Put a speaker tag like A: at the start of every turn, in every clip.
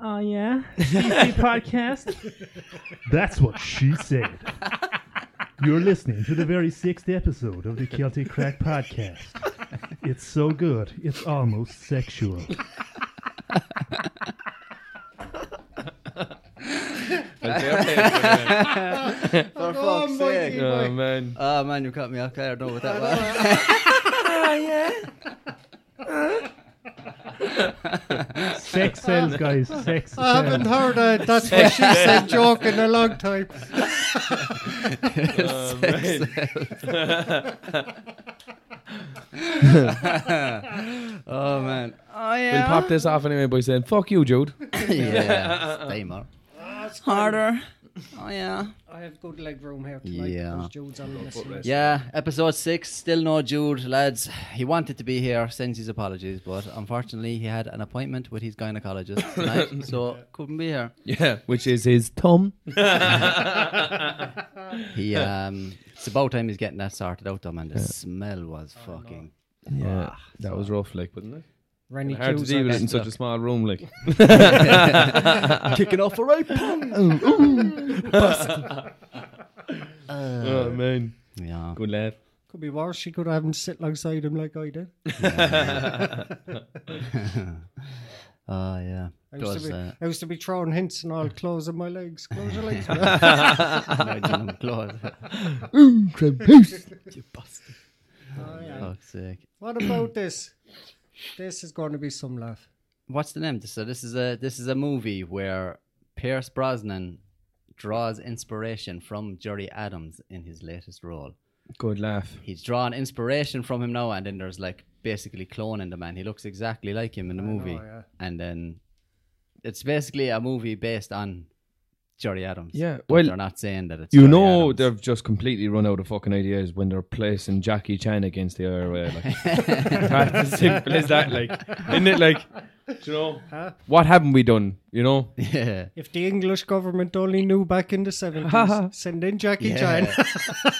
A: Oh yeah, CC podcast.
B: That's what she said. You're listening to the very sixth episode of the Celtic Crack Podcast. It's so good, it's almost sexual.
C: For
D: Oh,
C: fuck's
D: Mikey,
C: sake.
D: Mike.
E: Oh man.
C: Oh man, you caught me off guard. I don't know what that was.
B: Sex sells, guys. Sex
D: I haven't
B: sells.
D: heard a that's what she said joke in a long time.
E: Oh, man.
C: oh man. Oh
E: We'll
C: yeah.
E: pop this off anyway by saying, fuck you, Jude.
C: yeah. Stay more. Harder. Oh yeah.
D: I have good leg room here tonight.
C: Yeah.
D: because Jude's on the missing list.
C: Yeah, episode six. Still no Jude, lads. He wanted to be here, sends his apologies, but unfortunately he had an appointment with his gynecologist tonight, so couldn't be here.
E: Yeah. Which is his thumb.
C: He um, it's about time he's getting that sorted out, though, man. The smell was fucking.
E: Yeah. Uh, That was rough, like, wasn't it?
D: Rennie
E: Hard to
D: Jude's
E: deal
D: on
E: with it in
D: that.
E: such a small room, like.
C: Kicking off a right pong.
E: Oh man.
C: Yeah.
E: Good lad.
D: Could be worse. She could have him sit alongside him like I did.
C: Oh yeah.
D: I
C: It
D: used,
C: was,
D: to be,
C: uh,
D: I used to be throwing hints and all, closing my legs, close your legs. Oh,
C: Nigel and Claude. You bastard.
D: Oh, yeah.
C: Fuck's sake.
D: What about this? This is going to be some laugh.
C: what's the name? So this is a this is a movie where Pierce Brosnan draws inspiration from Jerry Adams in his latest role.
E: Good laugh.
C: He's drawn inspiration from him now, and then there's like basically cloning the man. He looks exactly like him in the movie,
D: yeah.
C: and then it's basically a movie based on Jerry Adams.
E: Yeah,
C: but
E: well,
C: they're not saying that it's
E: You
C: Jerry
E: know
C: Adams.
E: they've just completely run out of fucking ideas when they're placing Jackie Chan against the IRA. Like, that's as simple as that. Like, isn't it? Like, do you know, what haven't we done? You know,
C: yeah.
D: If the English government only knew back in the 70s, send in Jackie
C: Yeah.
D: Chan.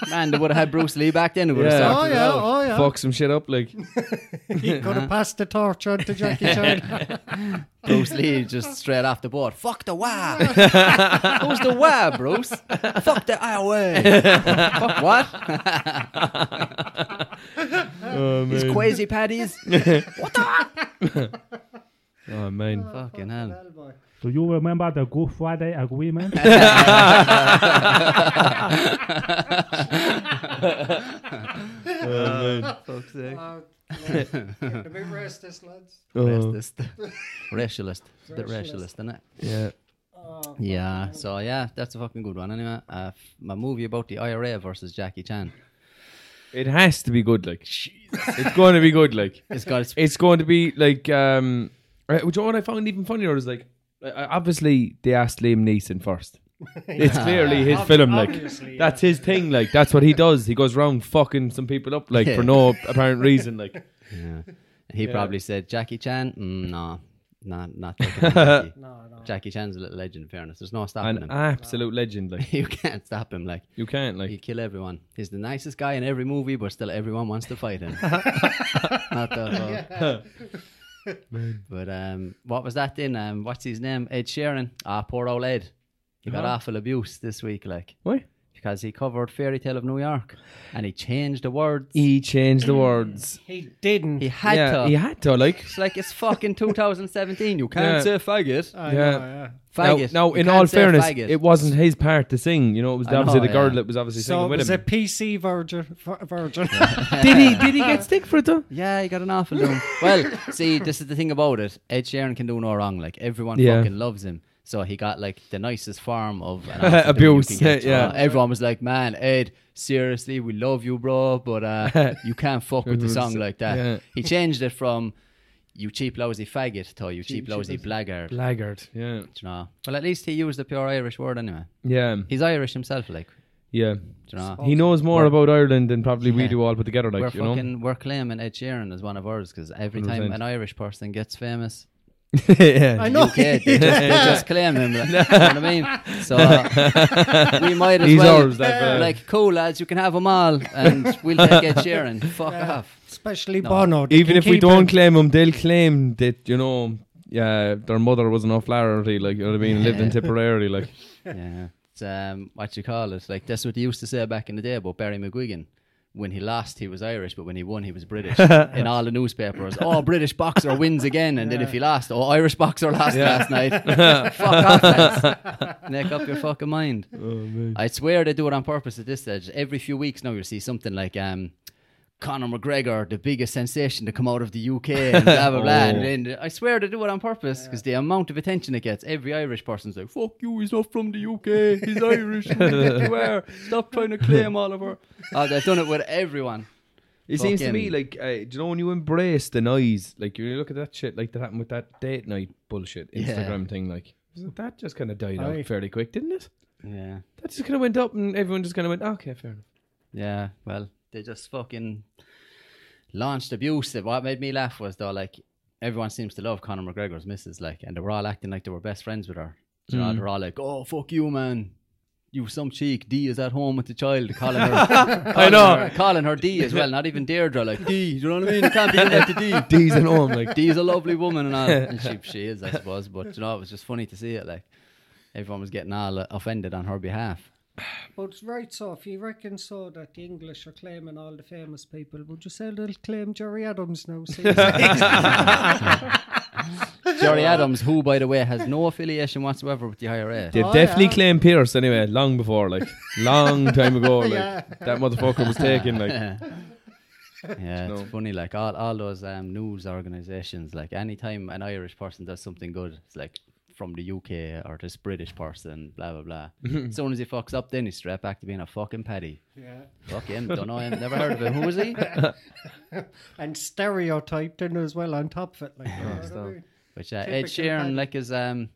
C: man, they would have had Bruce Lee back then. It would have
E: Yeah.
C: started.
D: oh,
C: it
D: yeah,
C: out.
D: oh, yeah.
E: fuck some shit up. Like,
D: He could have passed the torch on to Jackie Chan.
C: Bruce Lee just straight off the board. Fuck the wah. Who's the wah, Bruce? Fuck the highway. Fuck what?
E: oh
C: These
E: man,
C: crazy paddies.
E: oh man,
C: Fucking hell.
D: Well, boy.
B: Do you remember the Good Friday Agreement?
E: oh man.
C: Fuck's sake.
D: Uh, yeah. You're the big racist, lads.
E: Oh,
C: Racist. Racialist. It's a bit racialist, isn't it?
E: yeah,
C: Yeah. So, yeah, that's a fucking good one. Anyway, uh, f- my movie about the IRA versus Jackie Chan.
E: it has to be good. Like, it's going to be good. Like,
C: It's got its.
E: it's going to be like um right, which one I found even funnier was like uh, obviously they asked Liam Neeson first. It's clearly his
D: Ob-
E: film, like
D: obviously,
E: that's his thing, like that's what he does. He goes around fucking some people up, like for no apparent reason, like
C: He probably said, Jackie Chan? Mm, no. Not, not taking on Jackie.
D: No, no.
C: Jackie Chan's a little legend, in fairness. There's no stopping
E: an
C: him.
E: absolute legend. Like
C: you can't stop him. Like,
E: you can't,
C: He
E: like
C: kill everyone. He's the nicest guy in every movie, but still everyone wants to fight him. Not that well. but um, what was that then? Um, what's his name? Ed Sheeran. Ah, poor old Ed. He
E: Uh-huh.
C: got awful abuse this week, like
E: what?
C: because he covered Fairy Tale of New York, and he changed the words.
E: He changed the words.
D: He didn't.
C: He had
E: yeah,
C: to.
E: he had to, like
C: it's like it's fucking 2017. You can't
E: Yeah.
C: say faggot. Uh,
D: I
E: yeah.
D: know, yeah.
E: now,
C: Faggot.
E: now
C: You
E: in
C: can't
E: all
C: say
E: fairness,
C: faggot.
E: it wasn't his part to sing. You know, it was
C: I know,
E: obviously the girl
C: yeah.
E: that was obviously
D: So
E: singing
D: it
E: with
D: was a
E: him.
D: PC virgin. vir- virgin.
E: did he? Did he get stick for it though?
C: Yeah, he got an awful doom. well, see, this is the thing about it. Ed Sheeran can do no wrong. Like everyone
E: Yeah.
C: fucking loves him. So he got like the nicest form of an awful doom you
E: Abuse,
C: can get.
E: yeah.
C: Uh, everyone was like, "Man, Ed, seriously, we love you, bro, but uh, you can't fuck with the song like that."
E: Yeah.
C: He changed it from "you cheap lousy faggot" to "you cheap lousy blackguard." Do
E: Laggard. Yeah.
C: you know? Well, at least he used the pure Irish word anyway.
E: Yeah.
C: He's Irish himself, like.
E: Yeah.
C: Do you know?
E: He knows more about Ireland than probably we
C: Yeah.
E: do all put together, like,
C: we're
E: you know?
C: fucking we're claiming Ed Sheeran as one of ours because every time
E: 100%.
C: an Irish person gets famous,
D: I
E: yeah.
D: know.
C: Yeah, they just, they just claim him. Like, you know what I mean? So uh, we might as
E: He's
C: well.
E: ours, that fella.
C: like, cool lads, you can have them all, and we'll take Ed Sheeran. Fuck off.
D: Especially Bono. they
E: Even
D: can
E: if we
D: keep
E: don't
D: him.
E: claim him, they'll claim that, you know, yeah, their mother was an O'Flaherty, like you know what I mean, lived in Tipperary, like
C: yeah. It's, um, what you call it? Like that's what they used to say back in the day about Barry McGuigan. When he lost, he was Irish, but when he won, he was British. in all the newspapers, oh, British boxer wins again, and then if he lost, oh, Irish boxer lost last night. Fuck off, lads. Make up your fucking mind.
D: Oh,
C: I swear they do it on purpose at this stage. Every few weeks now, you'll see something like. Um, Conor McGregor, the biggest sensation to come out of the UK, and blah blah blah. And then I swear they do it on purpose because the amount of attention it gets, every Irish person's like, "Fuck you, he's not from the UK, he's Irish, who the fuck you are. Stop trying to claim Oliver." Oh, they've done it with everyone.
E: It seems to me
C: Fucking-
E: like uh, do you know when you embrace the noise, like you look at that shit, like that happened with that date night bullshit
C: Yeah.
E: Instagram thing, like that just kind of died
D: Aye.
E: out fairly quick, didn't it?
C: Yeah,
E: That just kind of went up, and everyone just kind of went, okay, fair enough.
C: yeah. Well, they just fucking launched abuse. And What made me laugh was though, like everyone seems to love Conor McGregor's missus, like, and they were all acting like they were best friends with her. Do You know, they're all like, "Oh, fuck you, man." You some cheek. D is at home with the child, calling her. calling
E: know.
C: her, calling her D as well. Not even Deirdre, like D. You know what I mean? You can't be like to D.
E: D's and home, like
C: D's a lovely woman and all. And she, she is, I suppose. But you know, it was just funny to see it. Like everyone was getting all uh, offended on her behalf.
D: But right, so if you reckon so that the English are claiming all the famous people, would you say they'll claim Jerry Adams now? See,
C: Jerry Adams, who by the way has no affiliation whatsoever with the IRA.
E: They've
D: Oh,
E: definitely
D: yeah.
E: claimed Pierce anyway, long before, like long time ago, like that motherfucker was taken, like
C: Yeah, it's
E: No.
C: funny. Like all, all those um, news organizations, like anytime an Irish person does something good, it's like from the UK or this British person, blah blah blah. as soon as he fucks up, then he's straight back to being a fucking paddy.
D: yeah.
C: Fuck him, don't know him, never heard of him. Who was he?
D: And stereotyped in as well on top of it. Like, you know what I mean?
C: Which uh, Ed
D: Typical
C: Sheeran,
D: Paddy.
C: like, is um,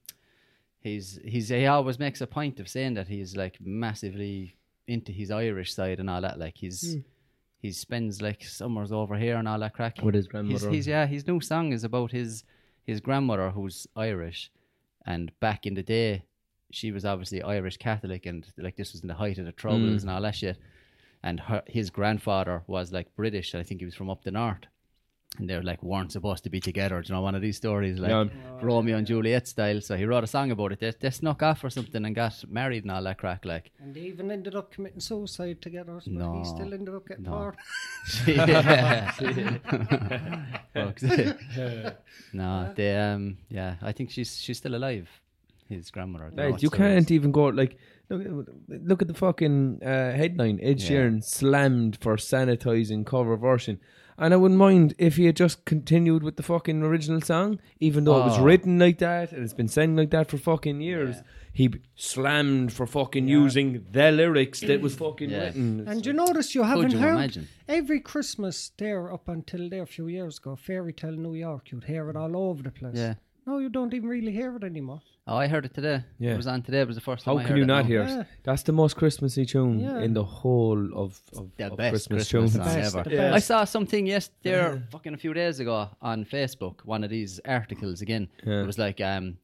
C: he's he's he always makes a point of saying that he's like massively into his Irish side and all that. Like, he's he spends like summers over here and all that crack.
E: With his
C: He's-
E: grandmother.
C: he's- yeah, his new song is about his his grandmother who's Irish, and back in the day, she was obviously Irish Catholic, and like this was in the height of the troubles
E: Hmm.
C: and all that shit. And her, his grandfather was like British, and I think he was from up the north. And they were like weren't supposed to be together. Do you know one of these stories like
E: Yeah.
C: Romeo and Juliet style? So he wrote a song about it. They, they snuck off or something and got married and all that crack. Like
D: And they even ended up committing suicide together, but
C: No.
D: he still ended up getting
C: No.
D: hard.
C: Yeah. Fuck's sake. no, they um yeah, I think she's she's still alive. His grandmother.
E: Lads, you can't even go like look, at- look at the fucking uh, headline. Ed
C: Yeah.
E: Sheeran slammed for sanitizing cover version. And I wouldn't mind if he had just continued with the fucking original song, even though it was
C: Oh.
E: written like that and it's been sang like that for fucking years. He b- slammed for fucking using the lyrics that was fucking
C: Yeah.
E: written.
D: And you notice you haven't
C: you
D: heard
C: imagine?
D: every Christmas there up until there a few years ago, Fairy Tale New York, you'd hear it all over the
E: e-
D: place.
C: Yeah.
D: No, you don't even really hear it anymore.
C: Oh, I heard it today.
E: Yeah.
C: It was on today. It was the first
E: How
C: time. I
E: can
C: heard
E: you
C: it.
E: not
C: No.
E: hear?
D: Yeah.
E: it? That's the most Christmassy tune
D: Yeah.
E: in the whole of, of,
C: The
E: of
C: best
E: Christmas,
C: Christmas,
E: tunes.
C: song
D: Best,
C: ever.
D: the best.
C: I saw something yesterday, fucking a few days ago, on Facebook. One of these articles again. It was like um,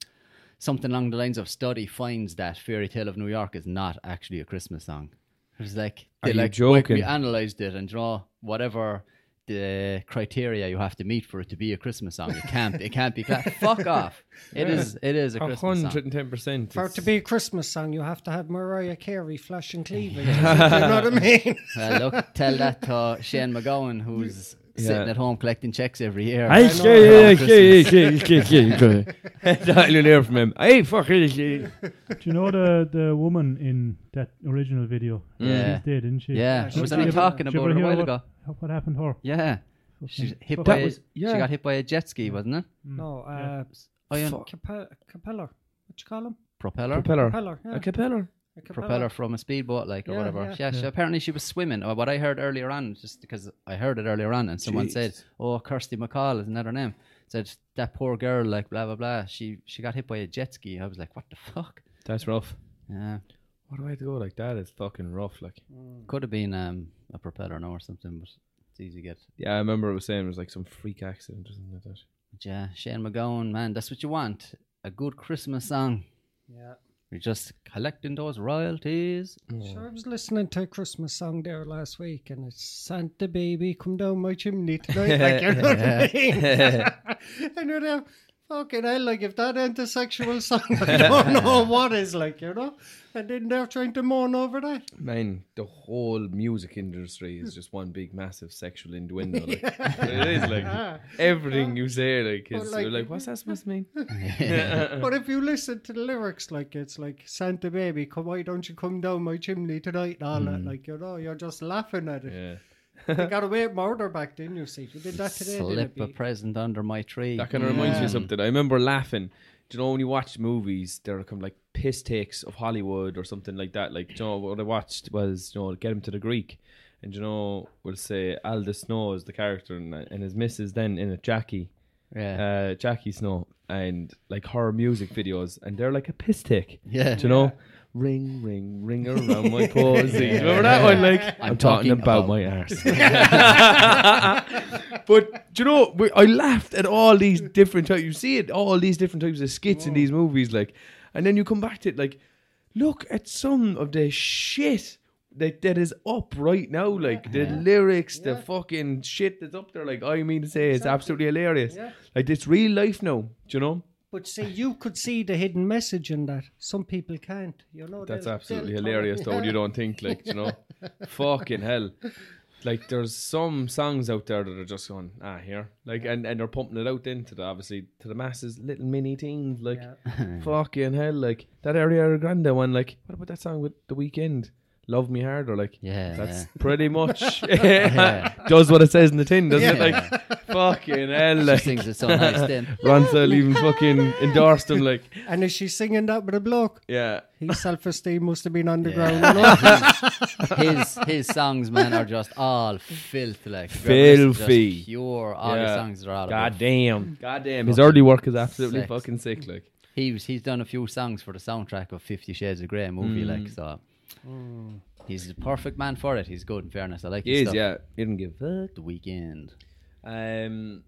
C: something along the lines of "Study finds that Fairy Tale of New York is not actually a Christmas song." It was like
E: Are
C: they
E: you
C: like
E: joking?
C: We analyzed it and draw whatever the criteria you have to meet for it to be a Christmas song. It can't. it can't be. cla- Fuck off. It is. It is a Christmas song.
E: hundred and ten percent.
D: For it to be a Christmas song, you have to have Mariah Carey flashing cleavage. you know what I mean?
C: Well, look, tell that to Shane McGowan, who's sitting
E: Yeah.
C: at home collecting checks every year.
E: Hey,
D: know.
E: hey, hey, hey, hey, hey, hey, hey, hey. Not even hear from him. Hey, fuck it. hey.
B: Do you know the the woman in that original video?
C: Yeah.
B: She's dead, isn't she?
C: Yeah,
D: she
C: she was
D: was
C: only
D: like-
C: talking
B: Did you ever
C: about it a
B: hear
C: while
B: what-
C: ago.
B: What happened to her?
C: Yeah, she's hit
B: Fuck,
C: by
E: that
C: a-
E: was- yeah.
C: she got hit by a jet ski, wasn't it?
D: No, uh,
C: Iron
D: Cape- Capella. What you call him?
C: propeller,
E: Propeller.
D: Propeller. Yeah.
E: A capeller.
D: a Capella.
C: propeller from a speedboat, like or
D: Yeah,
C: whatever.
D: yeah.
C: Yeah, she, apparently she was swimming. Or what I heard earlier on, just because I heard it earlier on, and someone said, "Oh, Kirsty McCall isn't that her name?" Said that poor girl, like blah blah blah. She she got hit by a jet ski. I was like, "What the fuck?"
E: That's rough.
C: Yeah,
E: What do I have to go like that? It's fucking rough. Like,
C: could have been um a propeller now or something, but it's easy to get.
E: yeah, I remember it was saying it was like some freak accident or something like that.
C: Yeah, Shane McGowan, man, that's what you want. A good Christmas song.
D: Yeah.
C: You're just collecting those royalties.
D: Sure, I was listening to a Christmas song there last week, and it's Santa Baby, come down my chimney tonight. like, you know what I mean? and you're there,
F: fucking hell, like if that ain't a sexual song, I don't know what is like, you know? And then they're trying to mourn over that.
E: Man, the whole music industry is just one big massive sexual innuendo. Like, It is
D: Ah,
E: like everything you say, like,
F: But,
E: is,
F: like-
E: you're like, what's that supposed to mean?
F: But if you listen to the lyrics, like it's like Santa baby, come why don't you come down my chimney tonight and all that, like you know, you're just laughing at
E: Hmm.
F: it.
E: Yeah,
F: They got away with murder back then, you see. They did that today. didn't
C: Slip a
F: they?
C: present under my tree.
E: that kind of reminds me of something. I remember laughing. Do you know when you watch movies, there are kind of like piss takes of Hollywood or something like that. Like, do you know what I watched was, you know, Get Him to the Greek, and do you know we'll say Alda Snow is the character and, and his missus then in it, Jackie.
C: yeah.
E: uh, Jackie Snow and like horror music videos, and they're like a piss take.
C: Yeah.
E: Do you know? Ring, ring, ring around my posy. Do you Remember that one? Like, I'm, talking,
C: talking
E: about,
C: about-
E: my arse. but do you know, we, I laughed at all these different types. You see it, all these different types of skits in these movies, like, and then you come back to it, like, look at some of the shit that, that is up right now, like the lyrics, the fucking shit that's up there. Like, I mean to say, it's absolutely hilarious.
F: Yeah.
E: Like, it's real life now. Do you know?
F: But see, you could see the hidden message in that. Some people can't, you know.
E: That's
F: they'll-
E: absolutely
F: they'll
E: hilarious,
F: come-
E: though. You don't think, like, do you know, fucking hell. Like, there's some songs out there that are just going, ah, here. Like, and, and they're pumping it out into the, obviously, to the masses, little mini teens. Like, fucking hell. Like, that Ariana Grande one, like, what about that song with The Weekend? Love Me Harder. Like,
C: Yeah,
E: That's
C: yeah.
E: pretty much does what it says in the tin, doesn't it? Like, fucking hell.
C: She
E: Like,
C: sings it so nice then.
E: Ron Sell even fucking endorsed him, like,
F: And is she singing that with a bloke?
E: yeah.
F: His self esteem must have been underground.
C: Yeah.
F: you know?
C: His his songs, man, are just all filth like just
E: Filthy.
C: pure. All his
E: Yeah.
C: songs are all. about
E: God damn. God damn. His early work is absolutely
C: Sex.
E: fucking sick, like.
C: he was he's done a few songs for the soundtrack of Fifty Shades of Grey movie,
E: Hmm.
C: like so.
F: Hmm.
C: He's the perfect man for it. He's good. In fairness, I like.
E: He
C: his
E: is,
C: stuff.
E: yeah. He didn't give a
C: The weekend.
E: Um,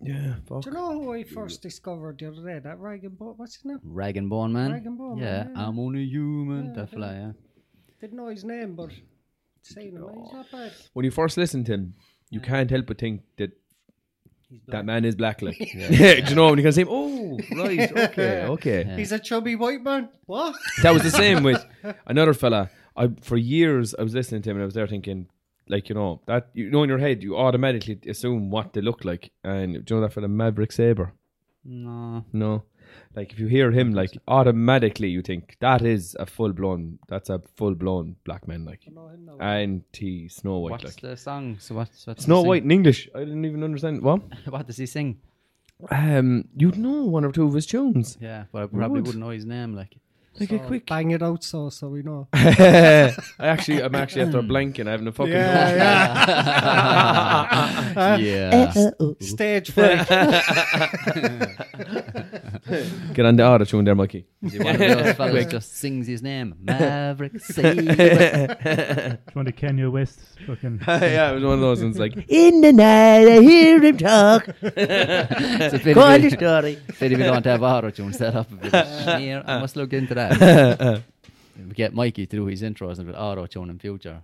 E: yeah, fuck.
F: Do you know who I first discovered the other day? That Reagan boy, what's his name?
C: Rag and Bone Man.
F: Rag and Bone Man,
C: yeah,
F: yeah.
C: I'm only human. that fly, yeah.
F: Didn't know his name, but seen him. He's not bad.
E: When you first listen to him, you can't help but think that that man is black, like. yeah. do you know? And you can say, oh, right, okay, okay.
F: He's a chubby white man. What?
E: That was the same with another fella. I for years I was listening to him and I was there thinking, like you know that you know in your head you automatically assume what they look like. And do you know that fella Maverick Saber?
C: No.
E: No. Like if you hear him, like automatically you think that is a full blown, that's a full blown black man, like
F: No, him no.
E: anti Snow White,
C: What's
E: like
C: the song? So what's, what's
E: Snow
C: he
E: White in English. I didn't even understand what.
C: Sing? What does he sing?
E: Um, you'd know one or two of his tunes.
C: Yeah, but I probably
E: would.
C: wouldn't know his name. Like,
E: Like a quick.
F: Bang it out so so we know.
E: I actually, I'm actually after blanking. I haven't a fucking. clue.
F: yeah.
C: yeah,
F: Stage fright.
E: Ah, Get on the auto tune there, Mikey.
C: Is he one of those fellas just sings his name. Maverick Saber.
B: It's one of Kanye West's fucking.
E: yeah, it was one of those ones like
G: In the night, I hear him talk.
C: It's a pity
G: Quite a
C: we-
G: story.
C: pity we don't have auto tune set up. a bit of sneer. I must look into that. we get Mikey to do his intros with auto tune in future.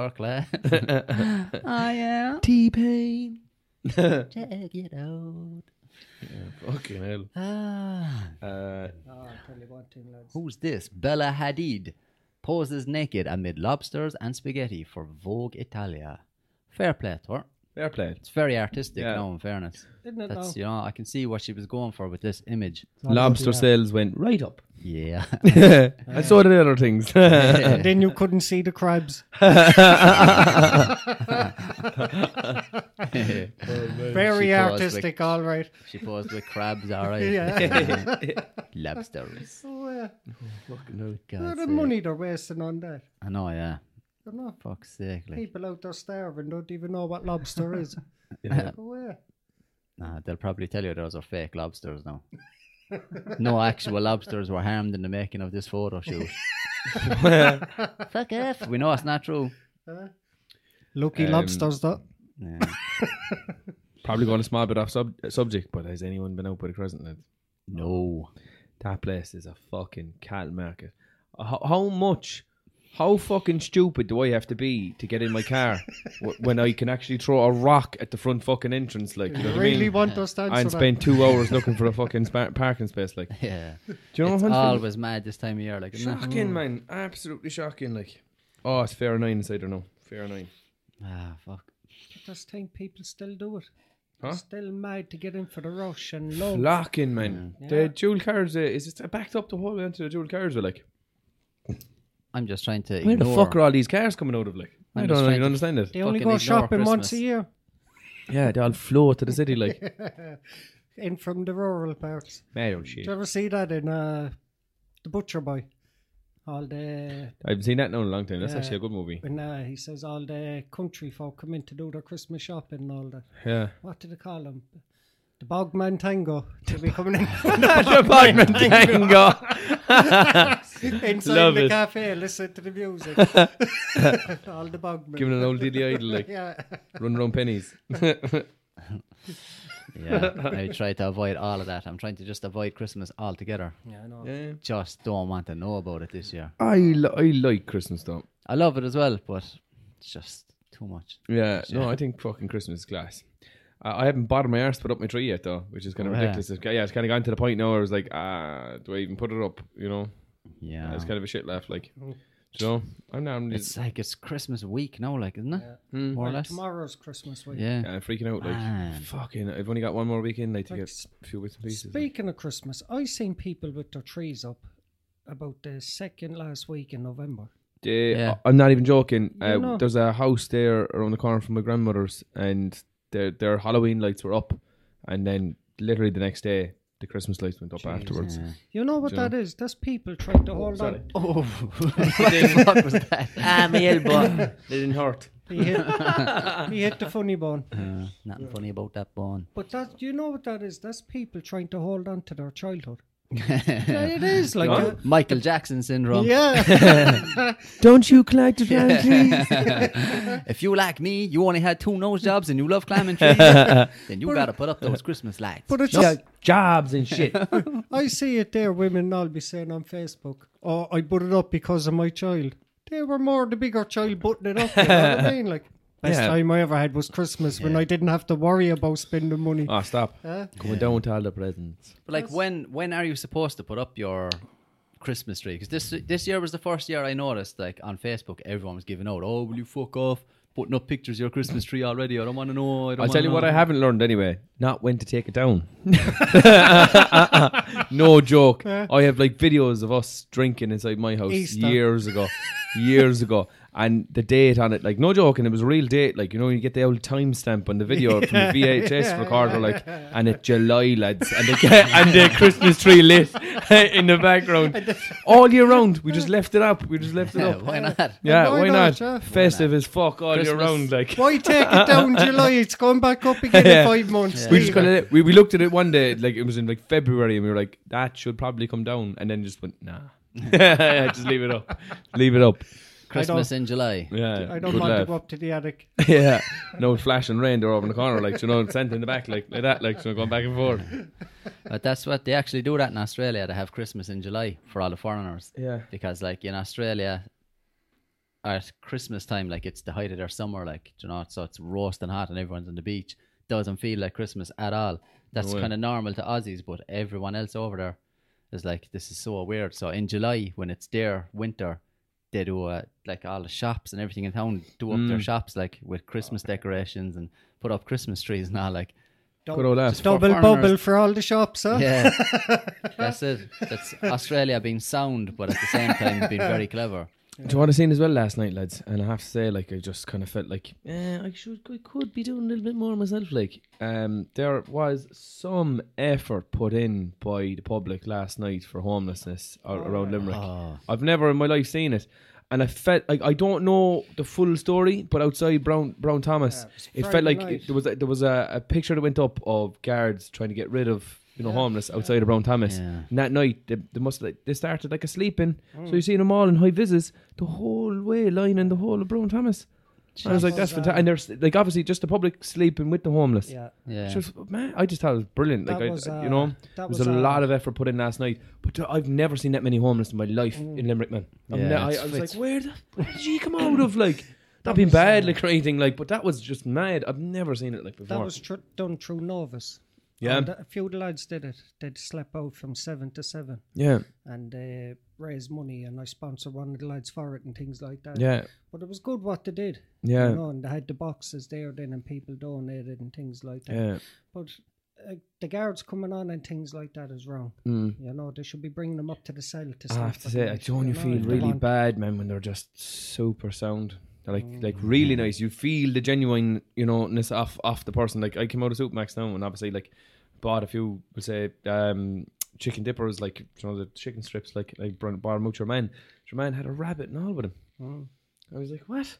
C: Work, lad. oh yeah.
E: T Pain.
C: Check it out.
E: Fucking hell.
C: Ah.
E: Uh,
C: Who's this? Bella Hadid poses naked amid lobsters and spaghetti for Vogue Italia. Fair play to her.
E: fair play.
C: It's very artistic,
E: Yeah.
C: no, in fairness.
F: Didn't it
C: That's,
F: now?
C: you know, I can see what she was going for with this image.
E: Lobster sales went right up.
C: Yeah.
E: and so did other things.
F: And Uh, then you couldn't see the crabs. Very
C: She paused,
F: artistic, all right.
C: She posed with crabs, all right.
F: Yeah.
C: Lobsters.
F: So, uh,
C: God
E: Oh,
F: what the money they're wasting on that.
C: I know, yeah.
F: You know,
C: Fuck's sake. Like,
F: people out there starving don't even know what lobster is. Oh, yeah.
C: nah, they'll probably tell you those are fake lobsters now. no actual lobsters were harmed in the making of this photo shoot. Fuck off. We know it's not true.
F: Lucky
E: Um,
F: lobsters, though.
C: Yeah.
E: Probably going a small bit off sub- subject, but has anyone been out with a crescent lens?
C: No.
E: That place is a fucking cattle market. How, how Uh, much? How fucking stupid do I have to be to get in my car w- when I can actually throw a rock at the front fucking entrance? Like, you know what
F: really
E: I mean?
F: want us to answer
E: and
F: that.
E: spend two hours looking for a fucking spa- parking space. Like, do
C: Yeah.
E: you know
C: It's
E: what I'm
C: always mad this time of year. Like,
E: saying? Shocking, man. Absolutely shocking. Like, oh, it's fair nine inside or no? Fair nine.
C: ah, fuck.
F: Just think people still do it.
E: Huh?
F: Still mad to get in for the rush and low.
E: Locking, man.
F: Yeah.
E: The dual cars uh, is it backed up the whole way onto the dual cars? We're like,
C: I'm just trying to.
E: where the
C: ignore-
E: fuck are all these cars coming out of? Like, I
C: I'm just
E: don't
C: trying
E: even
C: to-
E: understand it.
F: They only
C: fucking
F: go
C: ignore
F: shopping once a
C: Christmas.
F: year
E: Yeah, they all flow to the city. Like,
F: in from the rural parts.
E: I don't shit.
F: Do you ever see that in uh, The Butcher Boy? All the
E: I haven't seen that now in a long time. That's
F: Yeah.
E: actually a good movie.
F: when uh, he says all the country folk come in to do their Christmas shopping and all that.
E: Yeah.
F: What do they call them? The Bogman Tango. They'll be coming in
E: Department Tango.
F: inside
E: Love
F: the
E: it.
F: cafe, listen to the music. all the Bogman.
E: Giving an old diddy idol, like,
F: yeah.
E: run around pennies.
C: Yeah. I try to avoid all of that. I'm trying to just avoid Christmas altogether.
F: yeah, I know.
E: Yeah.
C: Just don't want to know about it this year.
E: I, li- I like Christmas, though.
C: I love it as well, but it's just too much.
E: Yeah, no, I think fucking Christmas is class. I I haven't bottomed my arse to put up my tree yet, though, which is kind of
C: Yeah.
E: ridiculous. It's- Oh, Yeah, it's kind of gotten to the point now where I was like, ah, do I even put it up? You know,
C: Yeah.
E: it's kind of a shit laugh. Like,
F: Mm.
E: do you know, I'm not. I'm
C: It's
E: just,
C: like it's Christmas week now, like, isn't it? More or less.
F: Tomorrow's Christmas week.
C: Yeah.
E: yeah, I'm freaking out. Like,
C: Man.
E: fucking, I've only got one more weekend like, to
F: Like,
E: get
F: s-
E: a few bits and pieces. like.
F: Speaking of Christmas, I seen people with their trees up about the second last week in November.
E: They-
C: Yeah.
E: I- I'm not even joking.
F: You
E: Uh,
F: know.
E: there's a house there around the corner from my grandmother's, and their their Halloween lights were up, and then literally the next day the Christmas lights went up afterwards.
C: Yeah.
F: You know what
E: Do you know?
F: that is? That's people trying to hold
E: sorry.
F: on.
C: Oh, what the fuck was that?
H: Ah, my elbow.
E: They didn't hurt.
F: He hit, he hit the funny bone.
C: Uh, nothing funny about that bone.
F: But that, you know what that is? That's people trying to hold on to their childhood. Yeah, it is like, uh,
C: Michael Jackson syndrome.
F: yeah,
H: Don't you climb to down trees?
C: If you like me, you only had two nose jobs and you love climbing trees, then you gotta put up those Christmas lights.
F: but it's
E: Yeah,
F: just,
E: jobs and shit.
F: I see it there. Women all be saying on Facebook, "Oh, I put it up because of my child." They were more the bigger child putting it up. You know what I mean? Like best
E: Yeah.
F: time I ever had was Christmas when I didn't have to worry about spending money.
E: Ah, stop. Coming down to all the presents.
C: But like, when when are you supposed to put up your Christmas tree? Because this this year was the first year I noticed, like on Facebook, everyone was giving out, "Oh, will you fuck off putting up pictures of your Christmas tree already? I don't want to know." I don't
E: I'll tell
C: wanna
E: you what
C: know."
E: I haven't learned anyway. Not when to take it down. no joke. I have like videos of us drinking inside my house
F: Easter.
E: years ago, years ago, and the date on it. Like no joke, and it was a real date. Like you know, you get the old timestamp on the video from the VHS recorder, like, and it July lads, and the and the Christmas tree lit in the background all year round. We just left it up. We just left it
C: Yeah,
E: up.
C: why not?
E: Yeah,
F: Why
E: why not?
F: not, yeah?
E: Festive as fuck all year
C: Christmas.
E: round. Like
F: Why take it down July? It's going back up again in
E: Yeah.
F: five months.
E: we
F: Leave
E: just
F: it.
E: kind of we, we looked at it one day like it was in like February and we were like that should probably come down and then just went nah just leave it up leave it up
C: Christmas in July.
E: yeah
F: I don't
E: good
F: want to
E: laugh.
F: go up to the attic.
E: yeah no flash and rain they're over in the corner like you know Santa in the back like like that like you know going back and forth
C: But that's what they actually do that in Australia. They have Christmas in July for all the foreigners.
E: yeah
C: Because like in Australia at Christmas time, like it's the height of their summer, like do you know, so it's roasting hot and everyone's on the beach. Doesn't feel like Christmas at all. That's
E: way.
C: kind of normal to Aussies, but everyone else over there is like, this is so weird. So in July, when it's their winter, they do uh, like all the shops and everything in town do up their shops like with Christmas decorations and put up Christmas trees and all like
E: good old laugh
F: Double
C: foreigners.
F: bubble for all the shops, huh?
C: yeah, that's it. That's Australia being sound, but at the same time being very clever.
E: do you want to seen as well last night lads and I have to say like I just kind of felt like eh, I should I could be doing a little bit more myself like um there was some effort put in by the public last night for homelessness ar- around Limerick
F: Ah.
C: Oh,
E: I've never in my life seen it. And I felt like I don't know the full story, but outside Brown Brown Thomas, it, felt
F: Friday
E: like
F: night.
E: it- there was a, there was a, a picture that went up of guards trying to get rid of you know homeless outside of Brown Thomas.
C: Yeah.
E: And that night they, they must like, they started
F: Mm.
E: like a sleeping, so you seen them all in high vises the whole way lining the whole of Brown Thomas. I was like,
F: Jesus.
E: that's fantastic. And there's like obviously just the public sleeping with the homeless.
F: Yeah.
C: Yeah.
E: Just- man, I just thought it was brilliant. Like
F: That
E: I,
F: was,
E: I-
F: uh,
E: you know, there
F: that
E: was,
F: was,
E: a
F: uh,
E: lot of effort put in last night, but th- I've never seen that many homeless in my life
F: Mm.
E: in Limerick, man. I've
C: Yeah,
E: ne- I,
C: it's-
E: I was like,
C: it's-
E: where, the, where did you come out of? Like, uh, not being bad, like or anything, like, but that was just mad. I've never seen it like before.
F: That was tr- done through Novus.
E: Yeah.
F: And a few of the lads did it. They'd slap out from seven to seven
E: yeah,
F: and uh, raise money, and I sponsor one of the lads for it and things like that.
E: yeah,
F: But it was good what they did.
E: yeah,
F: You know, and they had the boxes there then, and people donated and things like that.
E: yeah.
F: But uh, the guards coming on and things like that is wrong.
E: Mm.
F: You know, they should be bringing them up to the cell to
E: I
F: slap
E: have to
F: at
E: say,
F: them,
E: I don't
F: know,
E: feel
F: if they
E: really
F: want-
E: bad, man, when they're just super sound. They're
D: Mm.
E: like, like really nice. You feel the genuine, you know, ness off off the person. Like I came out of Supermax now, and obviously, like, bought a few. We'll say, um, chicken dippers, like you know, the chicken strips, like like Bron- bar much your man. Your man had a rabbit and all with him.
D: Mm.
E: I was like, what? What?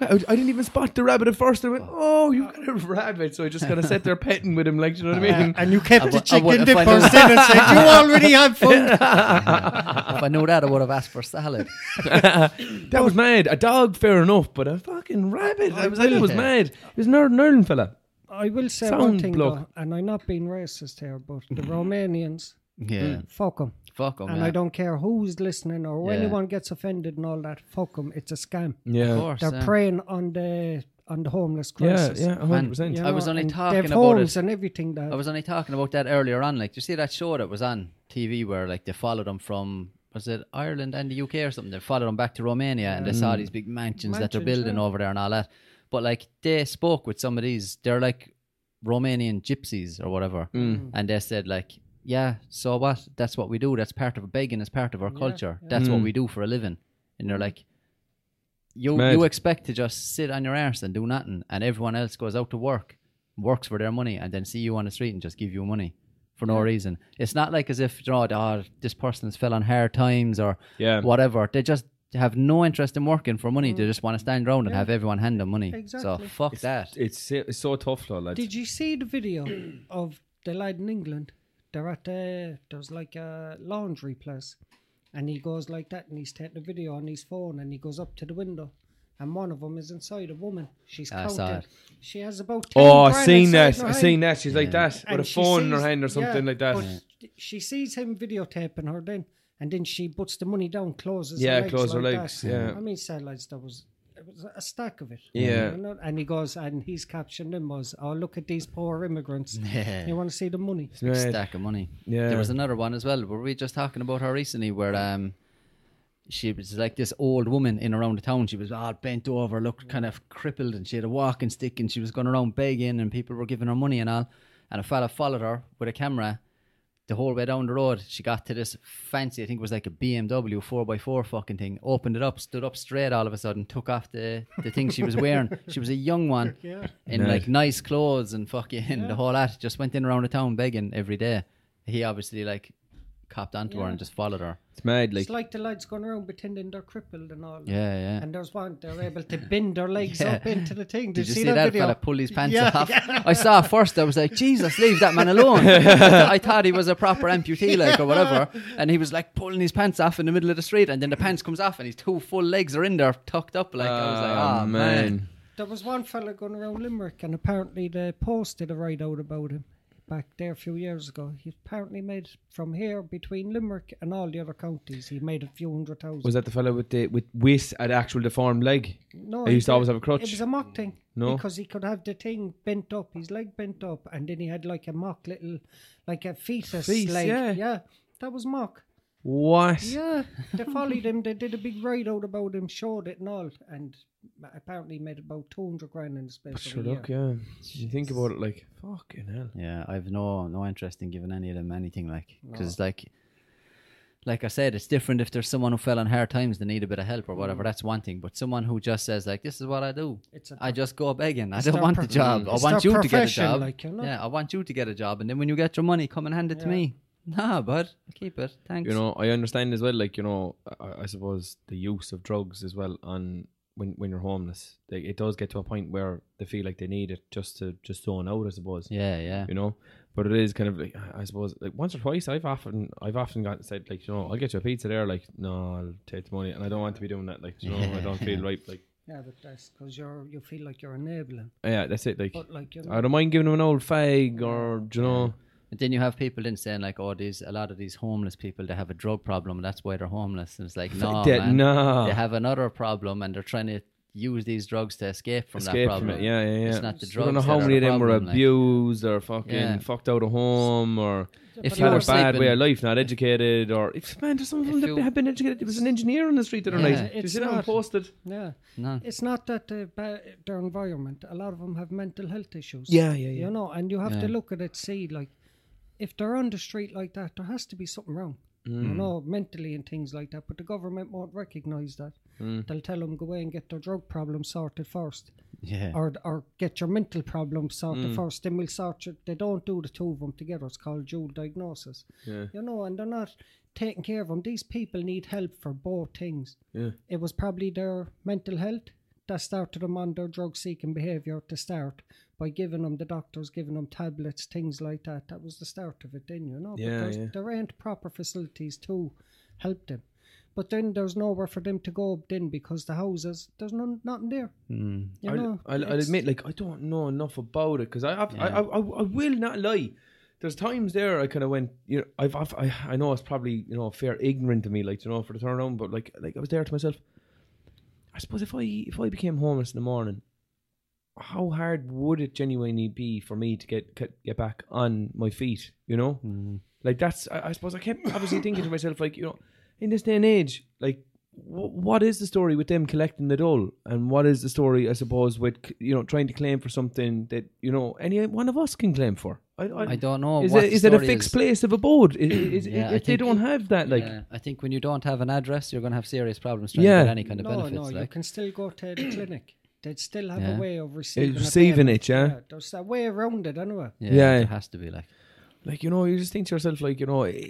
E: I I didn't even spot the rabbit at first. I went, "Oh, you've got a rabbit!" So I just kind of sat there petting with him, like, do you know what I mean?
D: and you kept
C: I wa-
D: the
C: I wanna
D: chicken
C: find
D: dippers
C: out-
D: in and said, You already had food.
C: if I knew that, I would have asked for salad.
E: That was mad. A dog, fair enough, but a fucking rabbit. I was, I was
C: Yeah.
E: mad. It was an Northern Ireland fella.
F: I will say
E: Sound
F: one thing,
E: block.
F: though, and I'm not being racist here, but the Romanians,
C: Yeah.
F: fuck 'em.
C: Mm, Fuck 'em,
F: And
C: yeah.
F: I don't care who's listening or
C: Yeah.
F: anyone gets offended and all that. Fuck 'em. It's a scam.
E: Yeah.
C: Of course,
F: They're
C: yeah.
F: preying on the on the homeless
E: Yeah,
F: crisis.
E: yeah,
C: Man,
E: 100%.
F: You
C: I was only
F: and
C: talking
F: they've
C: about it.
F: homes and everything. That
C: I was only talking about that earlier on. Like, do you see that show that was on TV where like they followed them from was it Ireland and the UK or something? They followed them back to Romania and they saw
D: Mm.
C: these big mansions, that they're
F: Mansions,
C: building
F: yeah.
C: over there and all that. But like they spoke with some of these, they're like Romanian gypsies or whatever,
D: Mm.
F: Mm.
C: and they said like. Yeah, so what? That's what we do. That's part of begging. It's part of our culture. That's
D: Mm.
C: what we do for a living. And
F: Mm.
C: they're like, you
E: Mad.
C: you expect to just sit on your arse and do nothing, and everyone else goes out to work, works for their money, and then see you on the street and just give you money for no reason. It's not like as if you know, oh, this person has fell on hard times or
E: Yeah.
C: whatever. They just have no interest in working for money. They just want to stand around and have everyone hand them money. So
F: Exactly.
C: fuck that.
E: It's, si- it's so tough, though, lads.
F: Did you see the video of the lad in England? They're at the there's like a laundry place, and he goes like that, and he's taking a video on his phone, and he goes up to the window, and one of them is inside a woman. She's
C: I saw
F: counting. She has about. 10
E: oh, I
F: grand
E: seen
F: inside
E: that.
F: her
E: I
F: hand,
E: seen that. She's like that
F: and
E: with a
F: she
E: phone in her
F: sees-
E: hand or something
F: yeah,
E: like that.
F: but She sees him videotaping her then, and then she puts the money down, closes.
E: Yeah,
F: her legs
E: close her
F: like that.
E: legs, yeah.
F: I mean, satellites. That was. It was a stack of it.
E: Yeah.
F: You know, And he goes, and he's captioned him was, "Oh, look at these poor immigrants. You want to see the money?
E: Mad.
C: stack of money.
E: Yeah.
C: There was another one as well. Were we just talking about her recently where um she was like this old woman in around the town. She was all bent over, looked kind of crippled, and she had a walking stick and she was going around begging and people were giving her money and all. And a fella followed her with a camera the whole way down the road. She got to this fancy, I think it was like a BMW 4x4 fucking thing, opened it up, stood up straight all of a sudden, took off the, the thing she was wearing. she was a young one in
E: Nice.
C: like nice clothes and fucking the whole lot. Just went in around the town begging every day. He obviously like copped onto her and just followed her.
E: It's mad. Like,
F: it's like the lads going around pretending they're crippled and all.
C: Yeah, yeah.
F: And there's one they're able to bend their legs
C: Yeah.
F: up into the thing.
C: Did you see,
F: that,
C: that
F: video?
C: fella pull his pants
F: Yeah,
C: off? I saw it first. I was like, Jesus, leave that man alone. I thought he was a proper amputee, like or whatever. And he was like pulling his pants off in the middle of the street, and then the pants comes off, and his two full legs are in there, tucked up. Like I was like,
E: Ah,
C: oh man.
F: There was one fella going around Limerick, and apparently the Post did a write out about him back there a few years ago. He apparently made from here between Limerick and all the other counties, he made a few hundred thousand.
E: Was that the fella with the with with an actual deformed leg?
F: no,
E: He used to
F: did-
E: always have a crutch.
F: It was a mock thing.
E: No.
F: because he could have the thing bent up, his leg bent up, and then he had like a mock little, like a fetus
E: Feet,
F: leg.
E: yeah.
F: that was mock.
E: What?
F: Yeah, they followed him. They did a big write out about him, showed it and all, and apparently made about two hundred grand in the space
E: Sure,
F: of a year.
E: look, yeah. You think about it, like, fucking hell.
C: Yeah, I've no no interest in giving any of them anything like because like like I said, it's different if there's someone who fell on hard times they need a bit of help or whatever. That's one thing, but someone who just says like, "This is what I do.
F: It's
C: It's
F: a
C: I just go begging. I don't
F: their
C: want the
F: prof-
E: mm,
C: job. I
F: it's
C: want
F: their
C: you to get a
F: profession,
C: job.
F: like, you know?
C: Yeah, I want you to get a job, and then when you get your money, come and hand it to me. Nah, bud, keep it. Thanks.
E: you know i understand as well like you know I, I suppose the use of drugs as well on when when you're homeless like it does get to a point where they feel like they need it just to just zone out i suppose
C: yeah, yeah.
E: you know but it is kind of like i suppose like once or twice i've often i've often got said like you know i'll get you a pizza there like no i'll take the money and i don't want to be doing that like you know i don't feel right like
F: Yeah, but that's because you're you feel like you're enabling,
E: Yeah, that's it. Like,
F: but like you know,
E: I don't mind giving him an old fag or, do you know.
C: And then you have people then saying like, "Oh, these a lot of these homeless people they have a drug problem, and that's why they're homeless." And it's like, no,
E: that,
C: man,
E: nah.
C: they have another problem, and they're trying to use these drugs to escape from that
E: Escape
C: problem.
E: from it. Yeah, yeah, yeah.
C: It's not the
E: I
C: drugs.
E: don't know
C: that
E: how
C: are
E: many of
C: the
E: them were
C: problem, like.
E: abused or fucking
C: Yeah.
E: fucked out of home or
C: If
E: if had
C: you
E: a
C: were
E: bad way
C: sleeping-
E: of life, not educated or if man, there's some of them
C: If
E: that
C: you-
E: have been educated. There was an engineer on the street the other
C: Yeah.
E: night. Did you
F: It's
E: see that one
F: not-
E: posted?
F: yeah,
C: No.
F: it's not that uh, ba- their environment. A lot of them have mental health issues.
E: Yeah, yeah, yeah.
F: You know, and you have to
C: Yeah.
F: look at it, see like if they're on the street like that, there has to be something wrong. You
C: Mm.
F: know, mentally and things like that. But the government won't recognise that.
C: Mm.
F: They'll tell them go away and get their drug problem sorted first,
C: Yeah. Mm.
F: or or get your mental problem sorted first. Then we'll sort it. They don't do the two of them together. It's called dual diagnosis.
E: Yeah.
F: You know, and they're not taking care of them. These people need help for both things.
E: Yeah.
F: It was probably their mental health that started them on their drug seeking behaviour to start by giving them the doctors, giving them tablets, things like that. That was the start of it then, you know.
E: Yeah,
F: but there's-
E: yeah.
F: there ain't proper facilities to help them. But then there's nowhere for them to go then because the houses, there's none, nothing there. Mm. You know,
E: Hmm. I'll, I'll, I'll
F: it's-
E: admit, like I don't know enough about it because I, I've, I, I, I, I will not lie. There's times there I kind of went, you know, I've, I've I, I know it's probably you know fair ignorant to me, like you know, for the turnaround, but like, like I was there to myself. I suppose if I if I became homeless in the morning, how hard would it genuinely be for me to get get, get back on my feet? You know,
C: Mm.
E: like that's I, I suppose I kept obviously thinking to myself, like you know, in this day and age, like wh- what is the story with them collecting the dole and what is the story i suppose with c- you know trying to claim for something that you know any one of us can claim for i,
C: I don't know
E: is,
C: what
E: it,
C: the
E: is it a
C: story
E: fixed
C: is. Mm,
E: place of abode I- i- is,
C: Yeah,
E: if
C: I
E: they
C: think-
E: don't have that like
C: Yeah, I think when you don't have an address, you're going to have serious problems trying
E: Yeah.
C: to get any kind of
F: no,
C: benefits.
F: no, you
C: like.
F: can still go to the clinic. They'd still have
C: Yeah.
F: a way of receiving, a
E: receiving
F: payment.
E: it, yeah.
F: There's a way around it anyway.
C: yeah,
E: Yeah.
C: there has to be like.
E: like you know you just think to yourself like you know eh,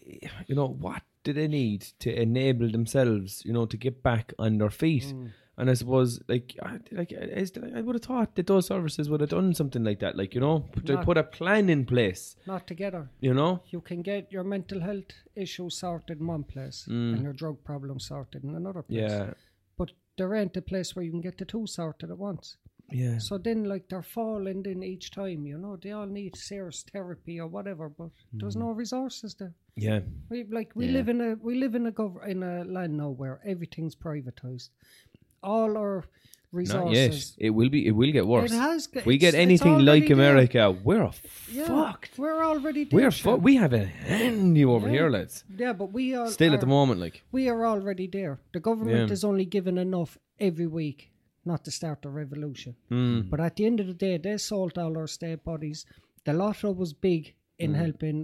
E: you know what do they need to enable themselves you know to get back on their feet
F: Mm.
E: and i suppose like I, like is, i would have thought that those services would have done something like that like you know put, they
F: Not-
E: put a plan in place
F: Not together.
E: you know
F: You can get your mental health issue sorted in one place and your drug problem sorted in another place.
E: Mm. yeah
F: But there ain't a place where you can get the two sorted at once.
E: yeah
F: So then, like, they're falling in each time, you know. They all need serious therapy or whatever, but there's
E: Mm.
F: no resources there.
E: yeah
F: We like we live in a we live in a gov- in a land now where everything's privatized. All our
E: Not yet.
F: resources.
E: It will be. It will get worse.
F: has got-
E: if we get
F: it's- it's
E: anything like
F: already there.
E: America, we're a
F: Yeah,
E: fucked.
F: We're already dead.
E: We're
F: sure.
E: fucked. We have a handy over
F: Yeah.
E: here, lads.
F: Yeah, but we all
E: Still at the
F: are-
E: moment, like
F: We are already there. The government
E: Yeah.
F: is only given enough every week not to start a revolution.
E: hmm.
F: But at the end of the day, they sold all our state bodies. The lotto was big in helping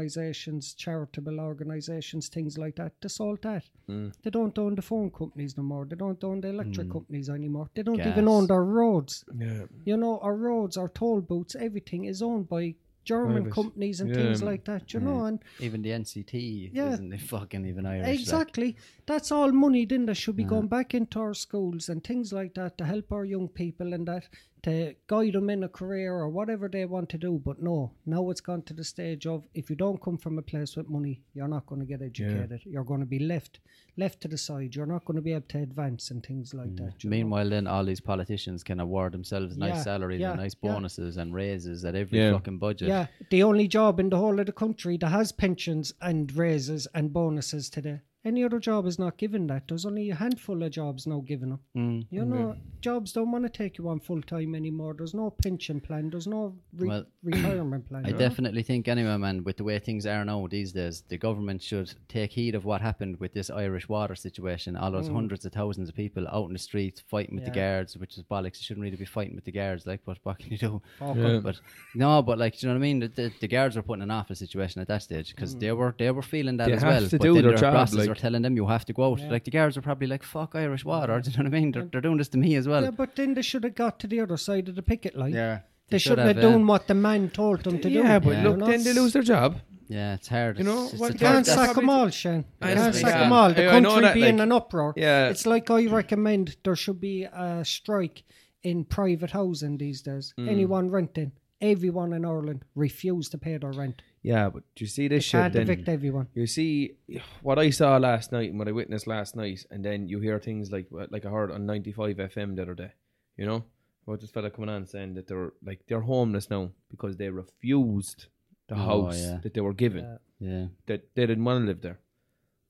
F: organisations, charitable organisations, things like that. They sold that. They don't own the phone companies no more. They don't own the electric companies anymore. They don't even
C: Gas.
F: own their roads.
E: yeah,
F: You know, our roads, our toll booths, everything is owned by German
E: Private.
F: companies and
E: Yeah.
F: things like that. You know, and
C: Even the NCT
F: Yeah.
C: isn't it fucking even Irish. like.
F: Exactly. That's all money then that should be going back into our schools and things like that to help our young people and that to guide them in a career or whatever they want to do. But no, now it's gone to the stage of if you don't come from a place with money, you're not going to get educated. You're going to be left left to the side. You're not going to be able to advance and things
C: Mm.
F: like that. you know.
C: Meanwhile, then all these politicians can award themselves nice
F: Yeah,
C: salaries
F: yeah,
C: and nice
F: yeah.
C: bonuses and raises at every
E: Yeah.
C: fucking budget.
F: Yeah, the only job in the whole of the country that has pensions and raises and bonuses today. Any other job is not given that. There's only a handful of jobs now given up.
C: Mm,
F: You know, jobs don't want to take you on full time anymore. There's no pension plan. There's no re-
C: Well,
F: retirement plan.
C: I
F: you know?
C: definitely think, anyway, man, with the way things are now these days, the government should take heed of what happened with this Irish water situation. All
E: Mm.
C: those hundreds of thousands of people out in the streets fighting with the
F: Yeah.
C: guards, which is bollocks. You shouldn't really be fighting with the guards, like, but what can you do?
F: Fuck
E: Yeah.
C: But no, but like, do you know what I mean? The, the, the guards were put in an awful situation at that stage because they were they were feeling that
E: Mm. They
C: as
E: have
C: well.
E: to
C: but
E: do
C: then
E: their
C: their
E: job,
C: bosses
E: like-
C: were telling them you have to go out. Like the guards are probably like, "Fuck Irish water," do you know what I mean? They're, they're doing this to me as well.
F: Yeah, but then they should have got to the other side of the picket line.
C: Yeah.
F: They,
C: They should
F: shouldn't have,
C: have, uh,
F: done what the man told them to do.
E: yeah. But
F: you
E: look,
F: know?
E: then they lose their job.
C: Yeah, it's hard.
E: You know,
C: it's, it's
E: what
C: a
E: Yeah,
C: tough-
F: Can't
E: that's
F: sack
E: probably-
F: them all, Shane.
E: I
F: Can't
E: understand.
F: sack them all. The
E: Yeah, I know
F: country
E: that,
F: being
E: like-
F: an uproar.
E: Yeah.
F: It's like I recommend there should be a strike in
E: Hmm.
F: private housing these days. Anyone renting, everyone in Ireland refuse to pay their rent.
E: yeah, but do you see this shit?
F: Can't
E: Then
F: evict everyone.
E: you see what I saw last night and what I witnessed last night, and then you hear things like uh, like I heard on ninety five FM the other day. You know about this fella coming on saying that they're like they're homeless now because they refused the house
C: Oh, yeah.
E: that they were given
C: Yeah.
E: that they didn't want to live there.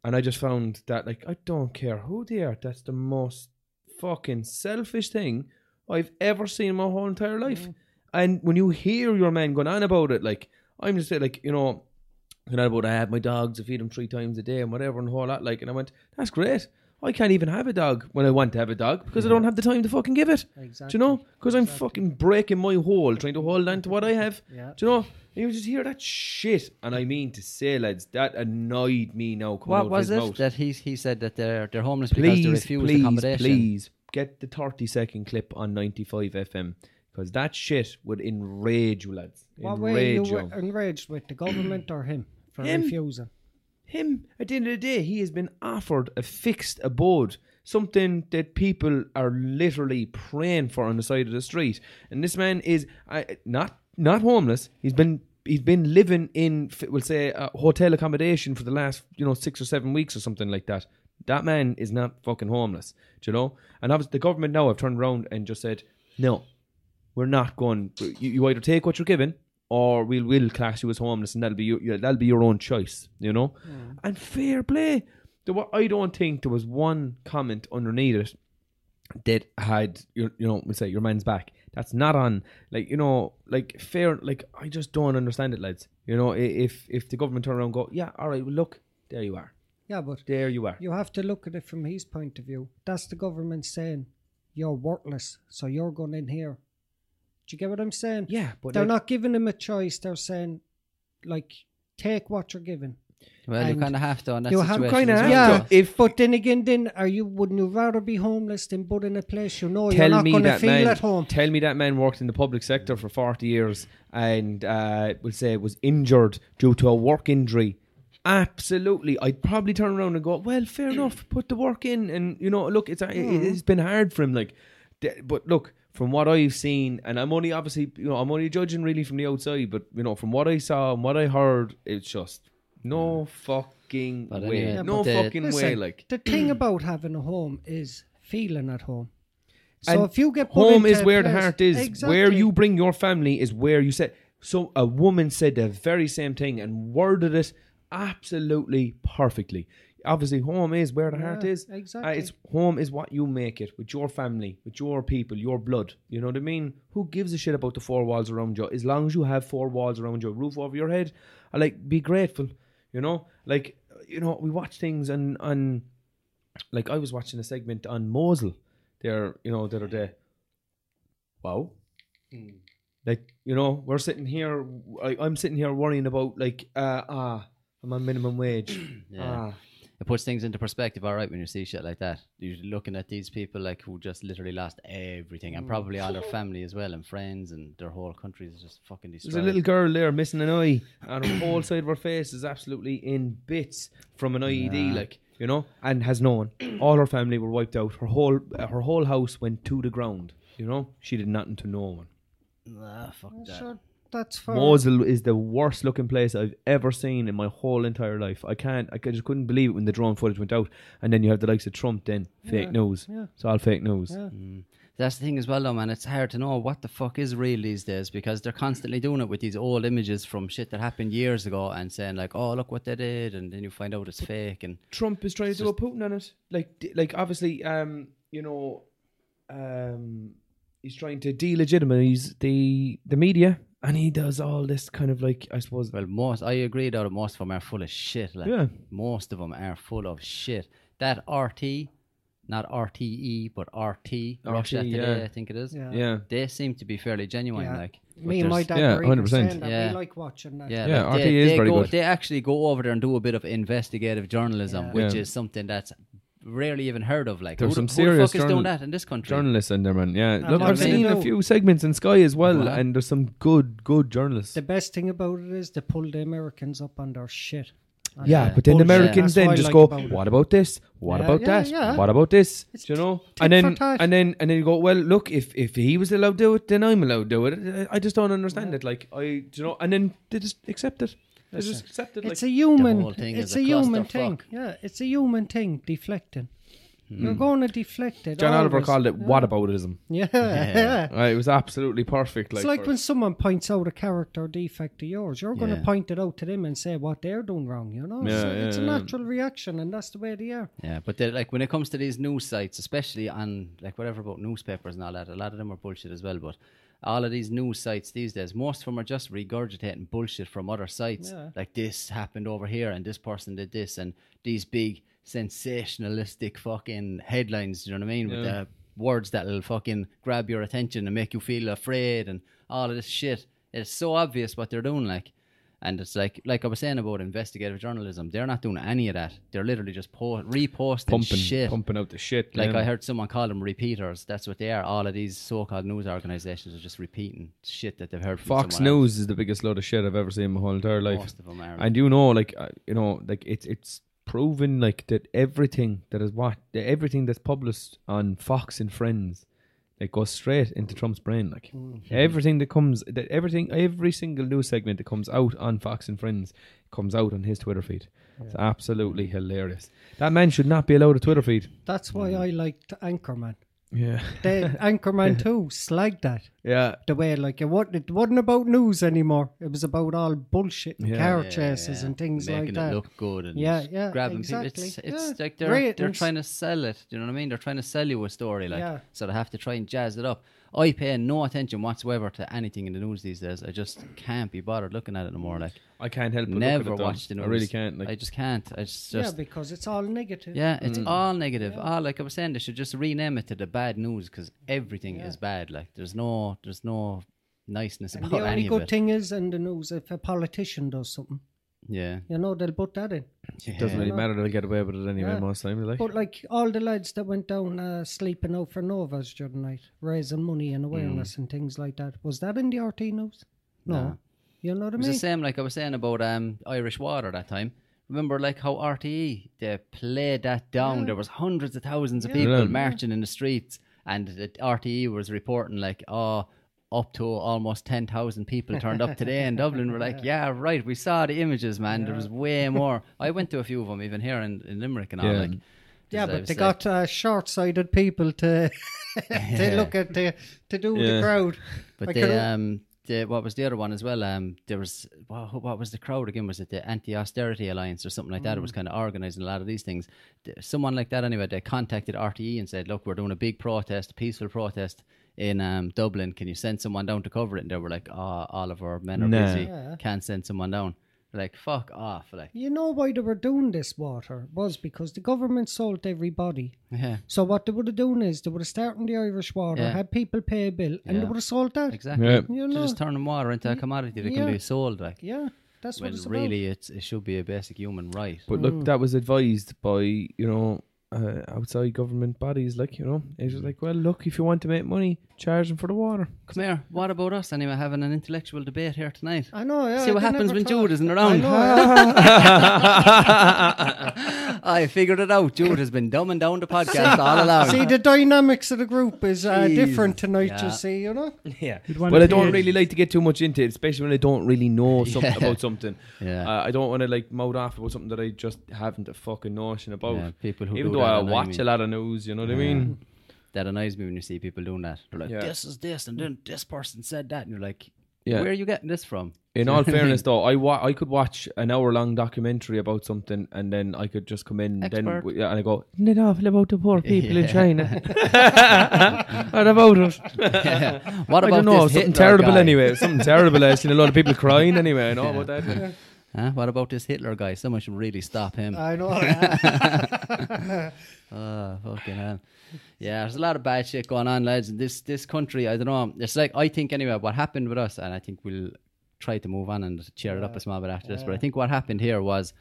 E: And I just found that like I don't care who they are, that's the most fucking selfish thing I've ever seen in my whole entire life. And when you hear your man going on about it, like I'm just saying, like you know, you know about I have my dogs, I feed them three times a day and whatever and whole lot. Like, and I went, that's great. I can't even have a dog when I want to have a dog because I don't have the time to fucking give it. Do you know? Because I'm fucking breaking my hole trying to hold on to what I have.
F: Yeah.
E: Do you know? And you just hear that shit, and I mean to say, lads, that annoyed me now. coming out
C: What
E: of
C: was
E: his
C: it
E: mouth.
C: that he he said that they're they're homeless because they
E: please,
C: refuse
E: please,
C: accommodation?
E: please get the thirty second clip on ninety five FM because that shit would enrage you, lads.
F: What were you
E: Enrage you.
F: wi- enraged with the government or him for
E: Him.
F: refusing?
E: him at the end of the day he has been offered a fixed abode something that people are literally praying for on the side of the street and this man is uh, not not homeless he's been he's been living in f- we'll say uh, hotel accommodation for the last you know 6 or 7 weeks or something like that that man is not fucking homeless do you know and obviously the government now have turned around and just said no we're not going. You, you either take what you're given, or we'll will class you as homeless, and that'll be your, yeah, that'll be your own choice. You know, and fair play. There were, I don't think there was one comment underneath it that had your you know we say your man's back. That's not on like you know like fair like I just don't understand it, lads. You know i- if if the government turn around and go yeah all right well look there you are
F: Yeah, but
E: there you are
F: you have to look at it from his point of view. That's the government saying you're worthless, so you're going in here. Do you get what I'm saying?
E: yeah but
F: they're
E: like-
F: not giving him a choice. They're saying, like, take what you're given.
C: Well, you
F: And
C: kind of have to. On that
F: you have
C: situation
E: kinda
C: as
E: have
C: well.
F: Yeah,
E: to. If-
F: but then again, then are you? Wouldn't you rather be homeless than put in a place you know you're
E: tell
F: not
E: me
F: going to
E: that
F: feel
E: man.
F: at home?
E: Tell me that man worked in the public sector for forty years and uh, will say was injured due to a work injury. Absolutely, I'd probably turn around and go, "Well, fair enough. Put the work in, and you know, look, it's
F: Hmm.
E: it, it's been hard for him. Like, th- but look." From what I've seen, and I'm only obviously, you know, I'm only judging really from the outside, but you know, from what I saw and what I heard, it's just no fucking
C: But
E: way,
C: anyway,
E: no
C: but the-
E: fucking way.
F: Listen,
E: Like,
F: the thing about having a home is feeling at home. So
E: And
F: if you get put
E: home
F: into
E: is
F: a
E: where the
F: place-
E: heart is. Where
F: Exactly.
E: you bring your family is where you set. So a woman said the very same thing and worded it absolutely perfectly. Obviously, home is where the heart
F: Yeah,
E: is. Uh,
F: exactly.
E: it's home is what you make it with your family, with your people, your blood. You know what I mean? Who gives a shit about the four walls around you? As long as you have four walls around you, a roof over your head, I like be grateful. You know, like you know, we watch things and and like I was watching a segment on Mosul there, you know, the other day. Wow. Like, you know, we're sitting here, I, I'm sitting here worrying about, like, uh, ah, I'm on minimum wage.
C: Yeah.
E: Ah,
C: It puts things into perspective, all right, when you see shit like that. You're looking at these people like who just literally lost everything
E: Mm.
C: and probably all their family as well and friends and their whole country is just fucking
E: there's
C: destroyed.
E: a little girl there missing an eye, and her whole side of her face is absolutely in bits from an IED, like, you know, and has no one. All her family were wiped out. Her whole, uh, her whole house went to the ground, you know. She did nothing to no one.
C: Ah, fuck that.
F: Sure, that's for
E: Mosul is the worst looking place I've ever seen in my whole entire life. I can't, I just couldn't believe it when the drone footage went out. And then you have the likes of Trump, then fake news. It's all fake news.
C: That's the thing as well, though, man. It's hard to know what the fuck is real these days because they're constantly doing it with these old images from shit that happened years ago and saying like, "Oh, look what they did," and then you find out it's fake. And
E: Trump is trying to do a Putin on it. Like, d- like obviously, um, you know, um, he's trying to delegitimize the the media, and he does all this kind of like, I suppose,
C: well, most I agree though that most of them are full of shit. Like,
E: Yeah.
C: most of them are full of shit. That RT, not RTE, but RT, Russia
E: RT,
C: Today,
E: yeah.
C: I think it is.
F: Yeah.
E: yeah,
C: They seem to be fairly genuine,
F: Yeah.
C: like. but
F: me and my
C: there's-
F: dad.
E: Yeah,
F: were even
E: 100%.
F: saying that.
C: Yeah.
F: We like watching that.
C: Yeah,
E: Yeah,
C: like
E: RT
C: they,
E: is
C: they
E: very
C: go,
E: good.
C: They actually go over there and do a bit of investigative journalism,
F: Yeah.
C: which
E: Yeah.
C: is something that's rarely even heard of. Like,
E: There's some
C: who, the- who the
E: serious
C: fuck is doing
E: journal-
C: that in this country?
E: journalists in there, man. Yeah,
F: I
E: Look,
F: love
E: I've
F: it.
E: seen a
F: They
E: few segments in Sky as well,
C: Wow.
E: and there's some good, good journalists.
F: The best thing about it is they pull the Americans up on their shit. And
E: Yeah,
C: Yeah.
E: but then the
F: Bullshit.
E: Americans
F: That's
E: then
F: what I
E: just
F: like
E: go,
F: about it.
E: "What about this? What
F: Yeah.
E: about
F: Yeah,
E: that?
F: yeah.
E: What about this?"
F: It's
E: Do you know,
F: tit
E: and then
F: for tat.
E: and then and then you go, "Well, look, if if he was allowed to do it, then I'm allowed to do it." I- I just don't understand it. Like I, do you know, and then they just accept it. It's
F: Listen,
E: just accepted. Like,
F: It's a human.
C: whole thing
F: it's
C: is
F: a,
C: a
F: human
C: clusterfuck.
F: thing. Yeah, it's a human thing. Deflecting.
C: Hmm.
F: You're going to deflect it.
E: John Oliver
F: always.
E: called it whataboutism.
F: Yeah, yeah.
E: Uh, it was absolutely perfect. Like,
F: It's like
E: for-
F: when someone points out a character defect of yours, you're going to
C: Yeah.
F: point it out to them and say what they're doing wrong. You know,
E: Yeah,
F: so it's a
E: yeah, yeah.
F: natural reaction, and that's the way they are.
C: Yeah, but they're, like when it comes to these news sites, especially on like whatever about newspapers and all that, a lot of them are bullshit as well. But all of these news sites these days, most of them are just regurgitating bullshit from other sites.
F: Yeah.
C: Like this happened over here, and this person did this, and these big sensationalistic fucking headlines. You know what I mean? With
E: Yeah.
C: the words that'll fucking grab your attention and make you feel afraid and all of this shit. It's so obvious what they're doing, like. And it's like, like I was saying about investigative journalism, they're not doing any of that. They're literally just po- reposting
E: pumping,
C: shit.
E: pumping out the shit.
C: Like
E: yeah.
C: I heard someone call them repeaters. That's what they are. All of these so-called news organizations are just repeating shit that they've heard from
E: Fox
C: someone else.
E: News is the biggest load of shit I've ever seen in my whole entire life.
C: Most of them are.
E: And you know, like uh, you know, like it's it's proven like that everything that is what that everything that's published on Fox and Friends, like goes straight into Trump's brain. Like
C: Mm-hmm.
E: everything that comes, that everything, every single news segment that comes out on Fox and Friends comes out on his Twitter feed. It's absolutely hilarious. That man should not be allowed a Twitter feed.
F: That's
C: Hmm.
F: why I liked Anchorman.
E: Yeah,
F: They, Anchorman too slagged that
E: yeah.
F: the way like it wasn't, it wasn't about news anymore. It was about all bullshit and
E: Yeah.
F: car
C: Yeah,
F: chases
C: yeah.
F: and things
C: Making
F: like that.
C: it look good and
F: Yeah, yeah,
C: grabbing
F: exactly.
C: people. It's, it's
F: Yeah.
C: like they're they're
F: Ratings.
C: trying to sell it. Do you know what I mean? They're trying to sell you a story, like
F: Yeah.
C: so they have to try and jazz it up. I pay no attention whatsoever to anything in the news these days. I just can't be bothered looking at it no more. Like
E: I can't help but look at
C: never
E: it, though.
C: watch the news.
E: I really can't. Like mm.
C: I just can't. I just,
F: yeah,
C: just
F: because it's all negative.
C: yeah, it's all negative. All like I was saying, they should just rename it to the bad news because everything is bad. Like there's no there's no niceness
F: And
C: about
F: the only
C: any of
F: good
C: it.
F: thing is in the news if a politician does something,
C: yeah.
F: you know, they'll put that in.
E: doesn't really
F: Yeah.
E: matter. They'll get away with it anyway
F: Yeah.
E: most time. Like
F: But like all the lads that went down uh, sleeping out for Novas during the night, raising money and awareness and things like that, was that in the RT news? No.
C: Hmm. No.
F: You know what I
C: It was
F: mean?
C: the same, like I was saying about um, Irish Water that time. Remember, like how RTE they played that down. There was hundreds of thousands of people
E: Yeah.
C: marching in the streets, and the RTE was reporting like, oh, up to almost ten thousand people turned up today in Dublin. We're like, yeah, right. We saw the images, man. There was way more. I went to a few of them, even here in, in Limerick and all.
E: Yeah.
C: Like,
F: Yeah,
C: just, I
F: but
C: was
F: they
C: like-
F: got uh, short-sighted people to to look at the to do
E: Yeah.
F: the crowd.
C: But
F: I
C: they,
F: could-
C: um, the, what was the other one as well? Um, there was wha- who- what was the crowd again? Was it the anti-austerity alliance or something like that?
F: Mm.
C: It was kind of organising a lot of these things. Th- Someone like that anyway. They contacted RTE and said, "Look, we're doing a big protest, a peaceful protest in um, Dublin. Can you send someone down to cover it?" And they were like, "Ah, all of our men are
E: Nah.
C: busy.
F: Yeah.
C: Can't send someone down." They're like, "Fuck off!" Like,
F: you know why they were doing this water was because the government sold everybody.
C: yeah,
F: So what they would have done is they would have started the Irish water,
C: Yeah.
F: had people pay a bill, and they
C: Yeah.
F: would have sold that.
C: exactly.
E: Yeah.
F: You
C: So
F: know.
C: just turning water into a commodity that
F: Yeah.
C: can be sold. Like,
F: Yeah, that's
C: when
F: what it's
C: really, it's, it should be a basic human right.
E: But look, that was advised by you know uh, outside government bodies. Like you know, it was like, well, look, if you want to make money, charge them for the water.
C: Come here. What about us anyway? Having an intellectual debate here tonight.
F: about. I know.
E: Oh,
F: Yeah,
C: See what
F: I
C: happens
F: never
C: when
F: thought-
C: Jude isn't
F: I
C: around.
F: know, yeah.
C: I figured it out. Jude has been dumbing down the podcast all along.
F: See, the dynamics of the group is uh,
C: Jeez.
F: different tonight,
C: Yeah.
F: you see, you know?
E: Yeah.
B: You'd want
E: Well,
B: to
E: I don't
B: pay-
E: really like to get too much into it, especially when I don't really know something
C: Yeah.
E: about something.
C: Yeah.
E: Uh, I don't want to like mouth off about something that I just haven't a fucking notion about.
C: Yeah, people who
E: even
C: do
E: though
C: that
E: I
C: annoy
E: watch
C: me.
E: a lot of news, you know what I mean?
C: that annoys me when you see people doing that. They're like,
E: Yeah.
C: this is this, and then this person said that. And you're like,
E: Yeah.
C: where are you getting this from?
E: In all fairness, though, I wa- I could watch an hour long documentary about something, and then I could just come in, then
C: Expert.
E: w- yeah, and I go,
I: Isn't it awful about the poor people in China? what about us?
C: What
E: I
C: about
E: don't know,
C: this
E: something
C: Hitler
E: terrible
C: guy?
E: anyway, something terrible. eh? I've seen a lot of people crying anyway. I know about that.
C: Huh? What about this Hitler guy? Someone should really stop him.
F: I know. yeah.
C: Oh, fucking hell. Yeah, there's a lot of bad shit going on, lads. And this this country, I don't know. It's like I think anyway, what happened with us, and I think we'll try to move on and cheer it up a small bit after this. But I think what happened here was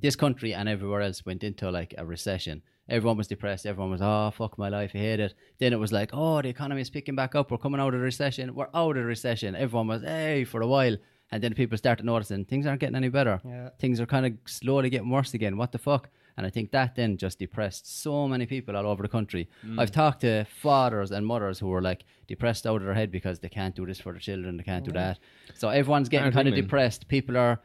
C: this country and everywhere else went into like a recession. Everyone was depressed. Everyone was, oh, fuck my life. I hate it. Then it was like, oh, the economy is picking back up. We're coming out of the recession. We're out of the recession. Everyone was, hey, for a while. And then people started noticing things aren't getting any better. Things are kind of slowly getting worse again. What the fuck? And I think that then just depressed so many people all over the country. I've talked to fathers and mothers who were like depressed out of their head because they can't do this for their children, they can't do that. So everyone's getting
E: Hard
C: kind of
E: women.
C: depressed. People are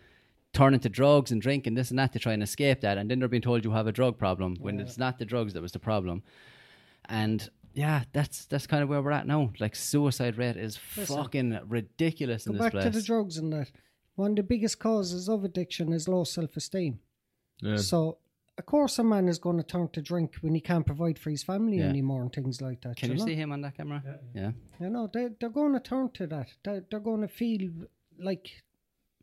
C: turning to drugs and drinking this and that to try and escape that, and then they're being told you have a drug problem when it's not the drugs that was the problem. And yeah, that's that's kind of where we're at now. Like suicide rate is fucking ridiculous in
F: Go
C: this
F: back
C: place.
F: to the drugs and that. One of the biggest causes of addiction is low self esteem.
E: Yeah.
F: So, of course, a man is going to turn to drink when he can't provide for his family
C: Yeah.
F: anymore and things like that.
C: Can you
F: know?
C: see him on that camera? Yeah.
F: You know, they, they're going to turn to that. They're, they're going to feel like,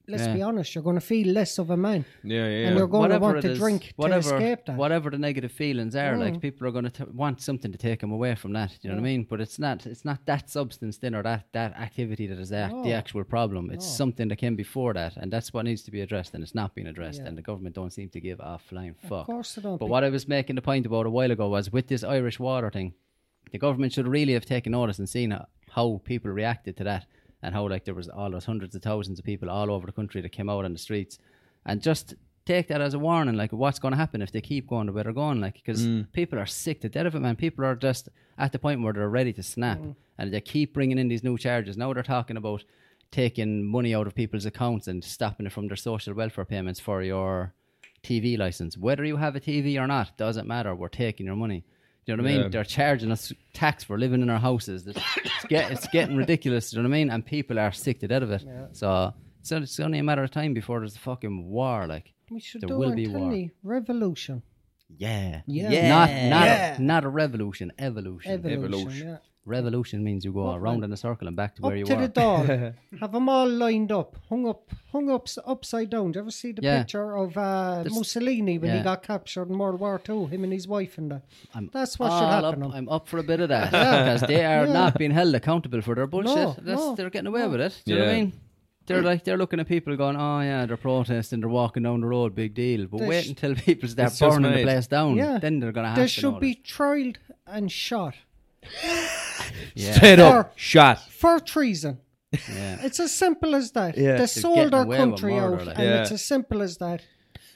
F: let's
C: Yeah.
F: be honest, you're going to feel less of a man.
E: Yeah, yeah.
F: And they're going to
C: Whatever
F: want
C: it
F: to
C: is,
F: drink to
C: whatever,
F: escape that.
C: Whatever the negative feelings are,
F: Mm.
C: like people are going to want something to take them away from that. You know what I mean? But it's not it's not that substance then or that that activity that is the, ac- the
F: No.
C: actual problem. It's
F: No.
C: something that came before that, and that's what needs to be addressed, and it's not being addressed,
F: Yeah.
C: and the government don't seem to give a flying
F: Of
C: fuck.
F: course they don't.
C: But what I was making the point about a while ago was with this Irish water thing, the government should really have taken notice and seen ho- how people reacted to that and how like there was all those hundreds of thousands of people all over the country that came out on the streets and just take that as a warning like what's going to happen if they keep going the way they're going like because people are sick to death of it man people are just at the point where they're ready to snap and they keep bringing in these new charges now they're talking about taking money out of people's accounts and stopping it from their social welfare payments for your TV license. Whether you have a TV or not, doesn't matter. We're taking your money. Do you know what I mean?
E: Yeah.
C: They're charging us tax for living in our houses. It's, it's, get, it's getting ridiculous. Do you know what I mean? And people are sick to death of it. So, so it's only a matter of time before there's a fucking war. Like,
F: we should
C: there
F: do
C: will
F: it,
C: be
F: tell
C: war.
F: me, revolution.
C: yeah,
F: Yeah.
C: not not A, not a revolution, evolution.
F: Evolution.
E: Evolution.
F: Yeah.
C: revolution means you go around in a circle and back to where
F: up
C: you
F: to
C: are.
F: the door. have them all lined up, hung up, hung up s- upside down. Do you ever see the
C: Yeah.
F: picture of uh,
C: There's-
F: Mussolini when he
C: yeah.
F: got captured in World War Two? Him and his wife and that.
C: I'm
F: That's what
C: all
F: should happen.
C: Up,
F: um.
C: I'm up for a bit of that because they are
F: Yeah.
C: not being held accountable for their bullshit.
F: No,
C: That's,
F: no,
C: they're getting away with it. Do you know what I
E: Yeah.
C: mean? They're like they're looking at people going, "Oh yeah, they're protesting, they're walking down the road, big deal." But
F: They
C: wait
F: sh-
C: until people start
E: It's just
C: burning the
E: made.
C: place down,
F: Yeah.
C: then they're gonna have
F: They
C: to
F: should
C: notice.
F: be trialed and shot
C: yeah,
E: Straight
F: Or-
E: up, shot.
F: for treason.
C: yeah.
F: It's as simple as that.
E: Yeah.
F: They
E: They're
F: sold
C: getting
F: our
C: away with
F: country
C: murder,
F: out,
C: like.
F: and
E: Yeah.
F: it's as simple as that.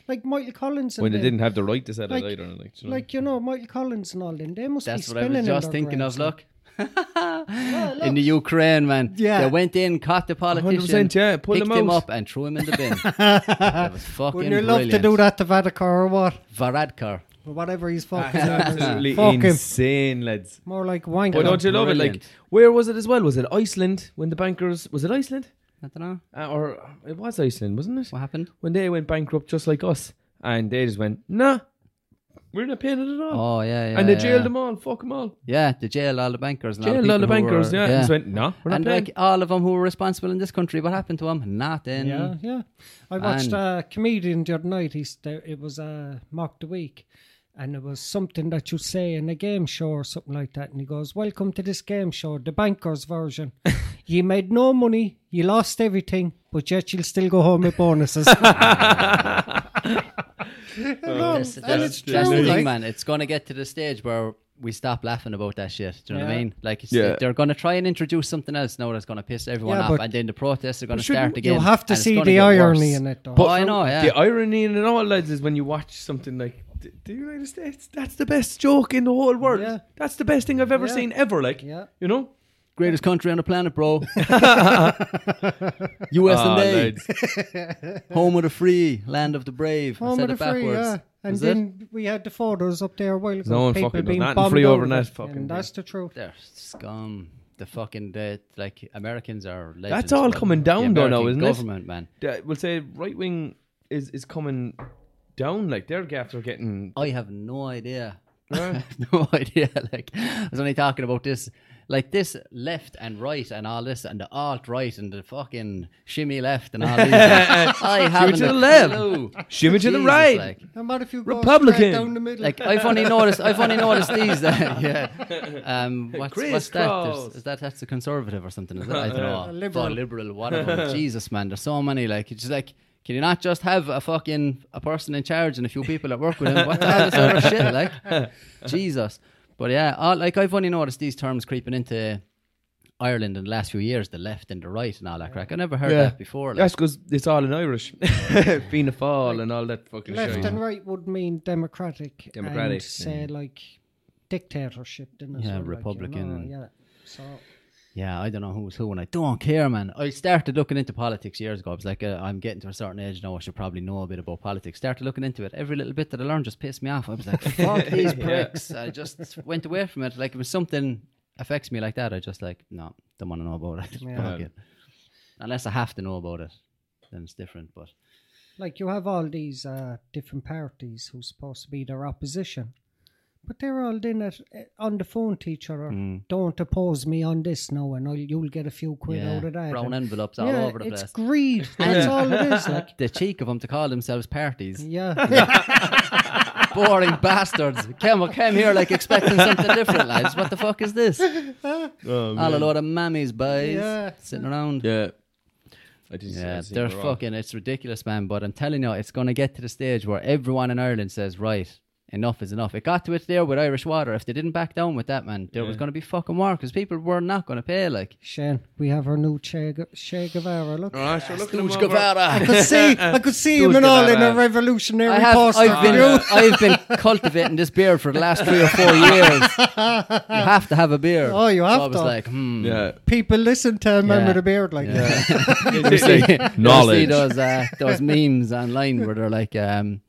F: Like Michael Collins and
E: When they
F: them.
E: didn't have the right to sell
F: Like-
E: it either. Like, you know.
F: like you know Michael Collins and all them. They must
C: That's
F: be
C: what I
F: spinning.
C: was
F: in
C: just
F: their
C: thinking of.
F: graves, like.
C: Look. in the Ukraine, man.
F: Yeah.
C: They went in, caught the politician,
E: 100%, yeah, pulled
C: picked
E: him
C: him
E: out.
C: up, and threw him in the bin. that was fucking
F: Wouldn't you love
C: brilliant.
F: to do that to Vatican or what?
C: Varadkar.
F: Or whatever he's fucking.
E: Absolutely
F: Fuck him.
E: insane, lads.
F: More like wanker.
E: But don't you love it? Like,
C: Brilliant.
E: where was it as well? Was it Iceland when the bankers? Was it Iceland?
C: I don't know
E: Uh, or it was Iceland, wasn't it?
C: what happened.
E: When they went bankrupt, just like us, and they just went, nah, we're not paying it at all.
C: Oh yeah, yeah.
E: and they
C: yeah.
E: jailed them all, fuck them all.
C: Yeah, they jailed all the bankers. And
E: Jailed all
C: all
E: the
C: people who
E: bankers,
C: were-
E: yeah. And just went, nah, we're not
C: and
E: paying.
C: like all of them who were responsible in this country, what happened to them? Nothing.
F: Yeah, Uh, yeah. I watched
C: And-
F: a comedian the other night. He's there, it was uh, mock the week, and it was something that you say in a game show or something like that. And he goes, "Welcome to this game show, the bankers version. you made no money, you lost everything, but yet you'll still go home with bonuses."
C: Oh,
F: No,
C: That's,
F: and
C: that's-
F: it's
C: that's
F: true,
C: the
F: like-
C: thing, man. It's going to get to the stage where we stop laughing about that shit. Do you know what
F: Yeah.
C: I mean? Like, it's,
E: Yeah.
C: they're going to try and introduce something else now that's going to piss everyone
F: Yeah,
C: off,
F: but-
C: and then the protests are going to
F: shouldn't-
C: start again.
F: You have to
C: and it's
F: see
C: gonna
F: the
C: get
F: irony
C: worse.
F: in it, though.
C: But- Oh, I know, yeah.
E: The irony in it all, lads, is when you watch something like "D- the United States, that's the best joke in the whole world.
F: Yeah.
E: That's the best thing I've ever
F: Yeah.
E: seen ever. Like,
F: Yeah.
E: you know?
C: Greatest country on the planet, bro. U.S.
E: Ah,
C: and A.
E: lads.
C: Home of the free, land of the brave. I
F: home
C: said
F: of the
C: it backwards.
F: free, yeah. And
C: Was it?
F: then we had the photos up there a while ago.
E: No one
F: people
E: fucking does
F: being
E: nothing
F: bombed
E: free
F: out
E: over
F: of
E: that
F: it,
E: fucking
F: and
E: thing.
F: that's the truth.
C: They're scum. The fucking the like Americans are. Legends,
E: That's all
C: man.
E: coming down
C: the
E: though now, isn't
C: American
E: it?
C: government, man.
E: Yeah, we'll say right wing is, is coming down. Like, their gaps are getting.
C: I have no idea.
E: Yeah.
C: no idea. Like I was only talking about this, like this left and right and all this and the alt right and the fucking shimmy left and all these. I haven't
E: to the
C: a
E: left.
C: clue.
E: Shimmy to the
C: Jesus,
E: right.
C: Like,
F: And what if you go straight
E: Republican.
F: down the middle?
C: like I've only noticed. I've only noticed these. That, yeah. Um. What's, what's that?
E: Crisscross.
C: There's- Is that that's a conservative or something? Is it? I don't know.
F: Uh, A liberal.
C: Fuck, liberal. Whatever. Jesus, man. There's so many. Like it's just like. Can you not just have a fucking a person in charge and a few people that work with him? What the hell is other shit like? Jesus. But yeah, all, like I've only noticed these terms creeping into Ireland in the last few years, the left and the right and all that crack. I never heard
E: Yeah.
C: that before. Like,
E: That's because it's all in Irish. Fianna Fáil and all that fucking
F: left
E: shit.
F: and right would mean democratic,
E: Democratic,
F: and say like dictatorship, didn't it?
C: Yeah,
F: Sort of like, you know,
C: Republican.
F: yeah, so
C: yeah, I don't know who's who, and I don't care, man. I started looking into politics years ago. I was like, uh, I'm getting to a certain age now. I should probably know a bit about politics. Started looking into it. Every little bit that I learned just pissed me off. I was like, fuck these pricks. I just went away from it. Like, if something affects me like that, I just like, no, don't want to know about it. Fuck it. Unless I have to know about it, then it's different. But
F: Like you have all these uh, different parties who's supposed to be their opposition, but they're all in it eh, on the phone to each other.
C: Mm.
F: Don't oppose me on this now, and I'll, you'll get a few quid
C: yeah,
F: out of that.
C: brown
F: and-
C: envelopes all
F: yeah,
C: over the
F: it's
C: place.
F: greed. That's all it is. Like,
C: the cheek of them to call themselves parties.
F: yeah,
C: boring bastards. Came, came here like expecting something different, lads. What the fuck is this? All a lot of mammies, boys,
F: Oh, Yeah.
C: sitting around. Yeah,
E: Yeah. I just, I just think
C: they're
E: we're all-
C: fucking. It's ridiculous, man. But I'm telling you, it's gonna get to the stage where everyone in Ireland says, "Right, enough is enough." It got to it there with Irish water. If they didn't back down with that, man, there was gonna be fucking war because people were not gonna pay. Like,
F: Shane, we have our new Che, Gu- che Guevara. Look,
E: Alright, so look at
C: Stooge
E: them over-
F: I
C: Guevara.
F: could see, I could see him
E: Dude,
F: and all
E: get
F: in a
E: out.
F: revolutionary
C: I have,
F: poster.
C: I've been, I've been cultivating this beard for the last three or four years. You have to have a beard.
F: Oh, you have
C: so I was
F: to.
C: like, hmm.
E: Yeah.
F: People listen to a man
C: Yeah.
F: with a beard like that.
C: You see, You see
E: knowledge.
C: those uh, those memes online where they're like, um,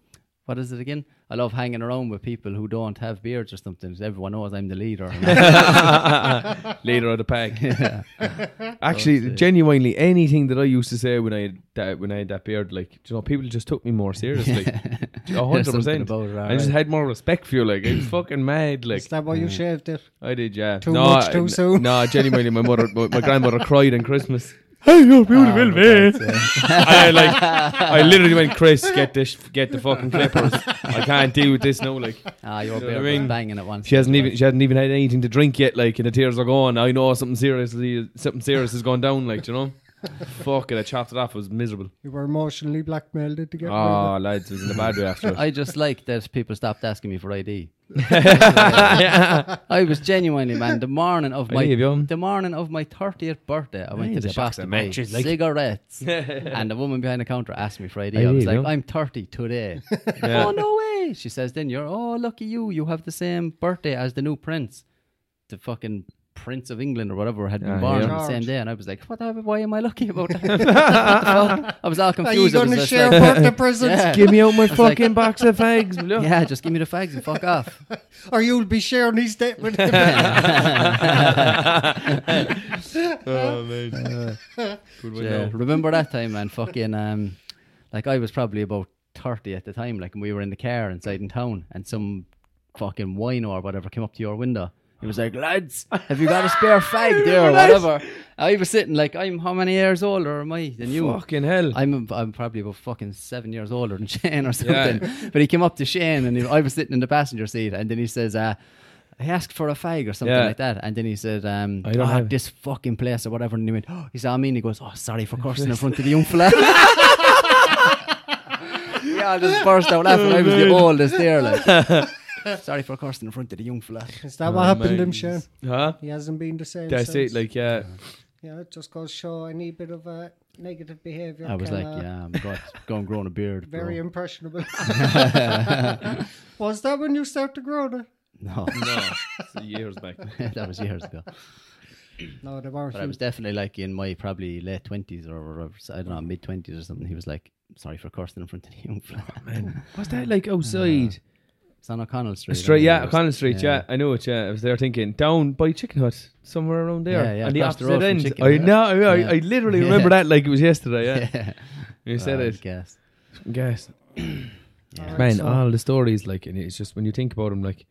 C: what is it again? I love hanging around with people who don't have beards or something. 'cause Everyone knows I'm the leader.
E: Leader of the pack. Actually, genuinely, anything that I used to say when I had that, when I had that beard, like do you know, people just took me more seriously. A
C: There's
E: hundred
C: something
E: percent.
C: about it,
E: I just
C: alright.
E: had more respect for you. Like it was fucking mad. Like
F: Is that why you
C: Mm.
F: shaved it?
E: I did, yeah.
F: Too
E: no,
F: much,
E: I-
F: too soon.
E: No, genuinely, my mother, my, my grandmother cried on Christmas.
B: Hey, you're beautiful,
E: Oh,
B: man.
C: Ah,
E: I like, I literally went, Chris, get this, get the fucking clippers. I can't deal with this now. Like
C: ah, your
E: You know what I
C: beard
E: mean?
C: was banging at once.
E: she hasn't even, she hasn't even had anything to drink yet. Like and the tears are gone. I know something seriously, something serious has gone down. Like do you know, fuck it. I chopped it off. It was miserable.
F: You were emotionally blackmailed to get rid
E: Oh,
F: of it.
E: lads, it was in a bad way after.
C: I just like that people stopped asking me for ID. I was genuinely, man, the morning of my
E: Hey, have you on?
C: the morning of my thirtieth birthday, I went to the shop
E: box
C: to
E: of
C: buy
E: matches, like-
C: cigarettes, and the woman behind the counter asked me for ID.
E: Hey,
C: I was
E: have
C: like,
E: you on?
C: "I'm thirty today." Oh no way! She says, "Then you're oh lucky you, you have the same birthday as the new prince, the fucking." Prince of England or whatever had been
E: Ah,
C: born
E: yeah.
C: on the same day, and I was like, "What? the hell- Why am I lucky about that?" I was all
F: Are you
C: confused. I Oh, was
F: going to
C: just
F: share
C: like,
F: birthday presents?
C: yeah.
I: Give me out my
C: was like-
I: fucking box of eggs. Look.
C: yeah, just give me the fags and fuck off.
F: Or you'll be sharing his debt with him?
E: oh man. Good one,
C: Yeah.
E: though.
C: Remember that time, man? Fucking, um, like I was probably about 30 at the time, like, and we were in the car inside in town, and some fucking wino or whatever came up to your window. He was like, lads, have you got a spare fag there or whatever? I was sitting like, I'm how many years older am I than you?
E: Fucking hell.
C: I'm I'm probably about fucking seven years older than Shane or something. But he came up to Shane and he, I was sitting in the passenger seat, and then he says, uh, "I asked for a fag or something
E: Yeah.
C: like that." And then he said, um,
E: I don't
C: "Ah,
E: have it."
C: this fucking place or whatever." And he went, oh, "He saw me," and he goes, "Oh, sorry for cursing in front of the young fella." yeah, I just burst out laughing. I was
E: Oh,
C: the oldest there, like. Sorry for cursing in front of the young fella.
F: Is that what happened to him,
E: Mate.
F: Shane?
E: Huh?
F: He hasn't been the same.
E: That's
F: since.
E: it. Like yeah.
F: yeah, it just goes show any bit of uh, negative behaviour.
C: I was
F: can,
C: like,
F: uh,
C: "Yeah, I'm going, going growing a beard." Bro.
F: very impressionable. was that when you started to grow it?
C: no,
E: uh, No. it's years back.
C: that was years ago.
F: No, they weren't.
C: But I was definitely like in my probably late twenties or, or I don't know mid twenties or something. He was like, "Sorry for cursing in front of the young fella."
E: What's that like outside?
C: it's on O'Connell Street.
E: Straight,
C: isn't it?
E: yeah,
C: It was-
E: O'Connell Street, yeah. I know it, yeah. I was there thinking, down by Chicken Hut, somewhere around there.
C: Yeah, yeah,
E: on the
C: across the
E: opposite
C: road from
E: end.
C: Chicken
E: I
C: Hut.
E: know, I,
C: Yeah.
E: I literally
C: Yeah.
E: remember that like it was yesterday, yeah. You said
C: Oh, I
E: it.
C: guess.
E: Guess.
C: Yeah.
E: Man,
F: so-
E: all the stories, like, and it's just when you think about them, like,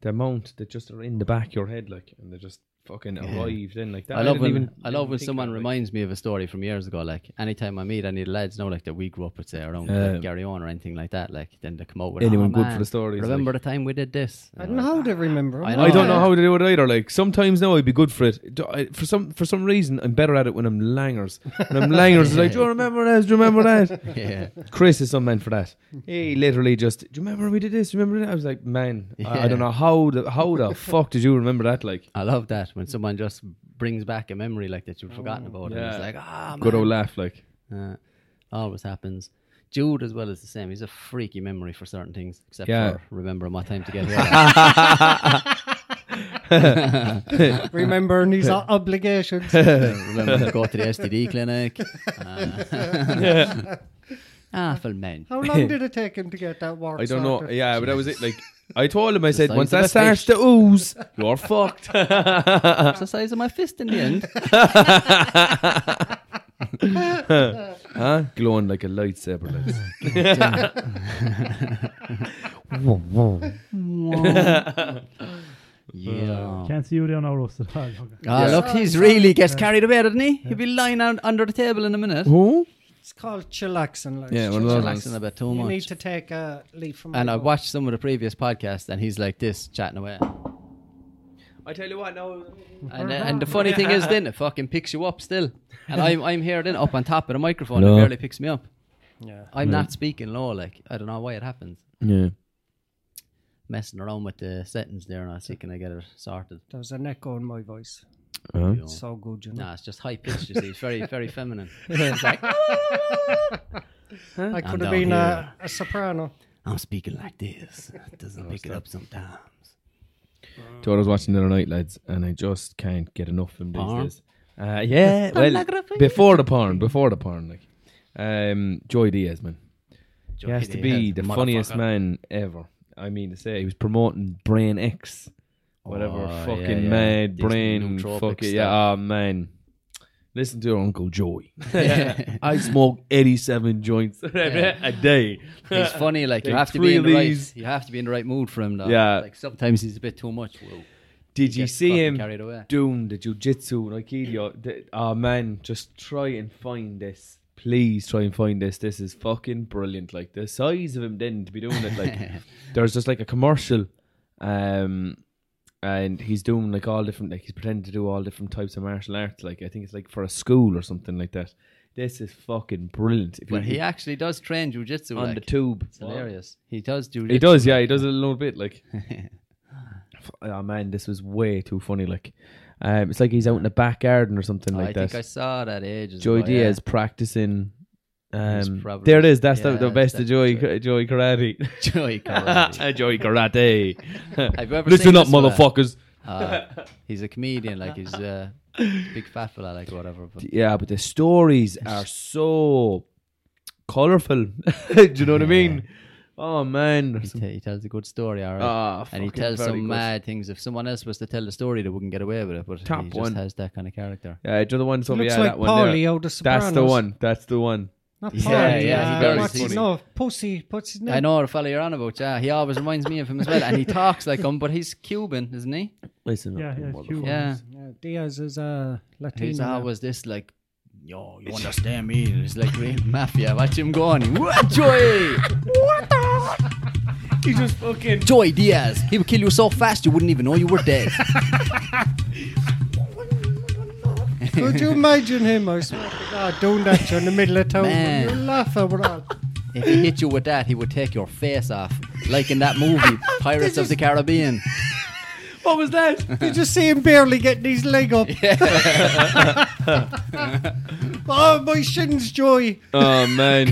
E: the amount that just are in the back of your head, like, and they just fucking arrived in, like that.
C: I love
E: didn't
C: when
E: even-
C: I love when
E: think
C: someone
E: of it.
C: reminds me of a story from years ago. Like anytime I meet any lads, know like that we grew up with, say around
E: Yeah.
C: like, Gary On or anything like that. Like then they come out with
E: Uh, Anyone
C: "Oh,
E: good for
C: man,
E: the stories,
C: Remember the time we did this?
F: I don't know how they remember.
C: I
F: him.
C: know.
E: I don't
C: yeah.
E: know how to do it either. Like sometimes now I'd be good for it. Do- I- For some for some reason I'm better at it when I'm langers. When I'm langers, it's like, do you remember that? Do you remember that?
C: Yeah,
E: Chris is some man for that. He literally just, do you remember we did this? Do you remember that? I was like, man, I, I don't
C: Yeah.
E: know how the how the fuck did you remember that? Like
C: I love that when someone just brings back a memory like that you've forgotten about. And it's
E: Oh, Yeah.
C: like ah,
E: good
C: man,
E: old laugh. Like
C: Uh, always happens. Jude as well is the same. He's a freaky memory for certain things, except
E: Yeah.
C: for remembering what time to get here.
D: Remembering his o- obligations.
C: Remember to go to the STD clinic. Uh, Awful men.
D: How long did it take him to get that war?
E: I don't know.
D: sorted?
E: Yeah, but that was it. Like, I told him, I said,
C: size
E: once
C: of
E: that
C: a
E: starts
C: fish."
E: to ooze, you're fucked.
C: That's the size of my fist in the end.
E: huh? Glowing like a lightsaber. Like.
C: Yeah.
B: Can't see you down our roster. Ah, okay.
C: Ah, look, he's really gets carried away, doesn't he? He'll be lying out under the table in a minute.
E: Who?
D: It's called chillaxing. Like,
E: Yeah, one of those
C: Relaxing
E: ones.
C: a bit too
D: you
C: much.
D: need to take a leaf from.
C: And
D: my
C: I
D: book.
C: watched some of the previous podcasts, and he's like this, chatting away.
E: I tell you what, no.
C: And, uh, and the funny thing is, then it fucking picks you up still. And I'm, I'm here then up on top of the microphone.
E: No.
C: It barely picks me up.
D: Yeah.
C: I'm not speaking low. Like I don't know why it happens.
E: Yeah.
C: Messing around with the settings there, and I was thinking I get it sorted.
D: There's an echo in my voice.
E: Huh?
C: you know.
D: So good, you know.
C: Nah, it's just high pitched. You see, it's very very feminine.
D: I could
C: down
D: have been
C: here.
D: a, a soprano.
C: I'm speaking like this. It doesn't pick it up sometimes.
E: Two I was watching the other night, lads, and I just can't get enough of them these
C: Porn?
E: days. Uh, yeah, well,
C: eh?
E: before the porn, before the porn, like, um, Joy Diaz, man, he has to be the funniest man ever. I mean to say, he was promoting Brain X, whatever
C: Oh, yeah,
E: fucking
C: yeah.
E: mad
C: These
E: brain,
C: nootropic
E: fuck it,
C: stuff.
E: yeah, oh man. Listen to your Uncle Joy.
C: Yeah.
E: I smoke 87 joints a day.
C: He's funny. Like you
E: Like
C: have to
E: three
C: be in the
E: of
C: right.
E: these.
C: You have to be in the right mood for him. Though.
E: Yeah.
C: Like sometimes he's a bit too much. Whoa.
E: Did you
C: gets
E: see
C: fucking
E: him
C: carried away.
E: doing the jujitsu and aikido? Th- Oh man, just try and find this. Please try and find this. This is fucking brilliant. Like the size of him then to be doing it. Like there's just like a commercial, um, and he's doing like all different. Like he's pretending to do all different types of martial arts. Like I think it's like for a school or something like that. This is fucking brilliant. If
C: But he actually does train jujitsu
E: on
C: like.
E: the tube,
C: It's hilarious. He does jujitsu.
E: he does, yeah, he does it a little bit. Like, F- oh man, this was way too funny. Like, um, it's like he's out in the back garden or something
C: Oh, I
E: like
C: think I
E: that.
C: saw that ages.
E: Joy
C: ago, yeah.
E: Diaz practicing.
C: He's
E: Um,
C: probably-
E: there it is. That's the,
C: yeah,
E: the
C: that's
E: best of Joey
C: definitely
E: Joey Karate.
C: Joy Karate.
E: Joey Karate.
C: Have you ever
E: Listen
C: seen
E: up,
C: this fella?
E: motherfuckers.
C: Ah, he's a comedian, like he's a big fat fella, like whatever. But
E: Yeah, but the stories are so colorful. Do you know what I mean? Oh man,
C: he,
E: there's some-
C: t- he tells a good story, all right.
E: ah,
C: and he
E: fucking
C: tells
E: very
C: some
E: good.
C: mad things. If someone else was to tell the story, they wouldn't get away with it. But
E: Top
C: he just
E: one.
C: has that kind of character.
E: Yeah, do you know the one. So
D: Looks
E: yeah,
D: like
E: that one there.
D: Paulie out of Sopranos.
E: That's the one. That's the one.
D: Not
C: Yeah,
D: Paulie.
C: yeah,
D: yeah,
C: he very
D: what's his-
E: funny.
D: No, pussy. What's his name?
C: I know the fella you're on about. Yeah, he always reminds me of him as well, and he talks like him, but he's Cuban, isn't he?
E: Listen,
B: Yeah,
E: up, you
B: yeah,
E: motherfucker.
B: it's Cuban.
C: Yeah.
D: Yeah, Diaz is a Latino.
C: He's
D: now.
C: always this like, yo, you understand me? And it's like real mafia. Watch him go on. What joy? what the?
E: He just fucking.
C: Joy Diaz. He would kill you so fast you wouldn't even know you were dead.
D: Could you imagine him? I swear to God, doing that to you in the middle of town.
C: Man.
D: You laugh about that.
C: if he hit you with that, he would take your face off, like in that movie Pirates of the Caribbean.
E: What was that?
D: You just see him barely getting his leg up. oh, my shins, Joy.
E: Oh man.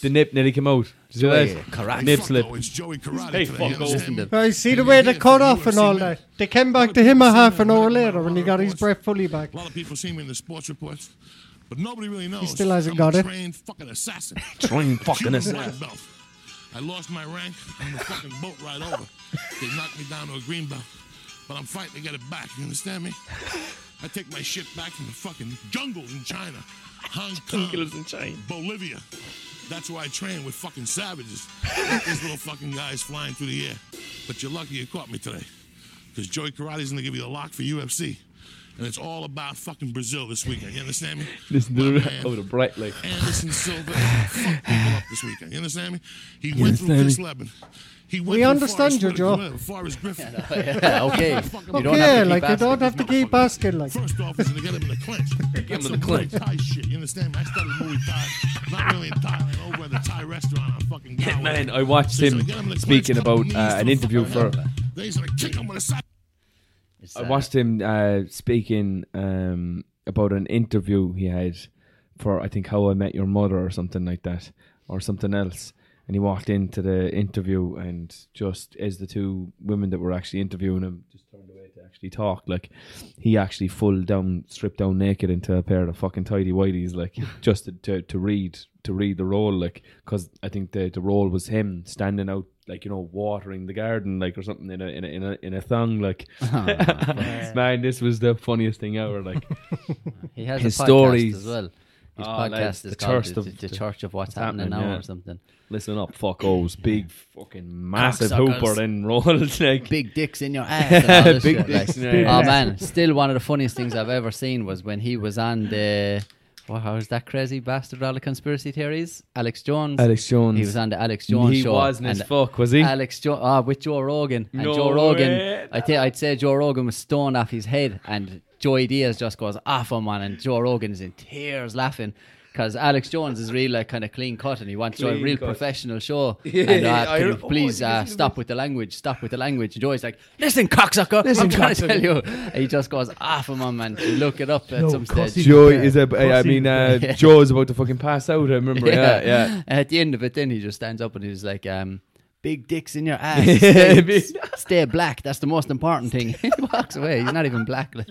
E: the nip nearly came out. Did you see
C: Joy,
E: that?
C: correct.
E: Nip slip.
J: Though it's Joey Karate
E: Hey,
J: today,
E: fuck
J: you understand?
C: off.
D: I see the way they cut off and all that. They came
E: Oh,
D: back to him a half an hour later when he got his breath fully back.
J: A lot of people see me in the sports reports, but nobody really knows.
D: still hasn't
J: I'm
D: got
J: a
D: it.
J: Trained fucking assassin.
E: Train
J: Cuban white belt. I lost my rank on the fucking boat ride over. They knocked me down to a green belt, but I'm fighting to get it back. You understand me? I take my shit back from the fucking jungles in China, Hong Kong, Bolivia. That's why I train with fucking savages. Like These little fucking guys flying through the air. But you're lucky you caught me today, because Joey Karate's gonna give you the lock for UFC. And it's all about fucking Brazil this weekend. You understand me?
E: Listen
J: My
E: to the
J: man,
E: oh, the bright like.
J: Anderson Silva fucked people up this weekend. You understand me? He went through Chris Levin. He went
D: We
J: through
D: understand
J: Forrest
D: you, Joe.
J: Whitaker, Forrest Griffin.
C: yeah, okay. You don't
D: yeah,
C: have to keep
D: like you
C: asking.
D: don't have to keep asking. Like
J: First off, is to get him in the clinch. Get him in the clinch. Thai shit. You understand me? I studied Muay Thai, not really in Thailand, over at the Thai restaurant on fucking Galway.
E: Man, I watched him speaking about uh, an interview for.
J: Then he's gonna kick him with a side.
C: It's,
E: I
C: uh,
E: watched him uh, speaking um, about an interview he had for I think How I Met Your Mother or something like that or something else. And he walked into the interview, and just as the two women that were actually interviewing him just turned away to actually talk, like he actually full down, stripped down naked into a pair of fucking tidy whities, like just to, to to read to read the role, like because I think the the role was him standing out, like you know, watering the garden, like or something in a in a in a, in a thong, like man, this was the funniest thing ever, like.
C: He has
E: His
C: a podcast
E: stories.
C: as well. His
E: Oh,
C: podcast
E: like
C: is
E: the
C: called
E: Church
C: the,
E: of-
C: the,
E: the-
C: Church of What's
E: What's
C: Happening,
E: Happening,
C: Now
E: yeah.
C: or something.
E: Listen up, fuckos. Big fucking massive hooper
C: Cocksuckers.
E: then rolled like
C: Big dicks in your ass. and all this
E: Big
C: shit, like.
E: dicks in your
C: Oh
E: ass.
C: man, still one of the funniest things I've ever seen was when he was on the. What, how is that crazy bastard? All the conspiracy theories. Alex Jones.
E: Alex Jones.
C: He was on the Alex Jones
E: he
C: show.
E: wasn't
C: and
E: as fuck, was he?
C: Alex Jones, ah, with Joe Rogan, and
E: No
C: Joe Rogan,
E: way.
C: I think I'd say Joe Rogan was stoned off his head, and Joey Diaz just goes off him on, and Joe Rogan is in tears laughing. Because Alex Jones is really like kind of clean cut, and he wants to a
E: Clean
C: real
E: cut.
C: professional show.
E: Yeah,
C: and uh,
E: I
C: can you
E: re- oh,
C: please
E: yes,
C: uh,
E: yes,
C: stop with the language. Stop with the language. And Joey's like, "Listen, cocksucker, I'm trying to tell you." And he just goes off him, on, man. Look it up at
B: No,
C: some
B: cuss
C: stage.
B: him.
E: Joey is a. I I
B: Pussy.
E: mean, uh, Joe's about to fucking pass out. I remember. Yeah, yeah.
C: At the end of it, then he just stands up and he's like, um, "Big dicks in your ass. Stay, stay black. That's the most important thing." he walks away. He's not even black. Like,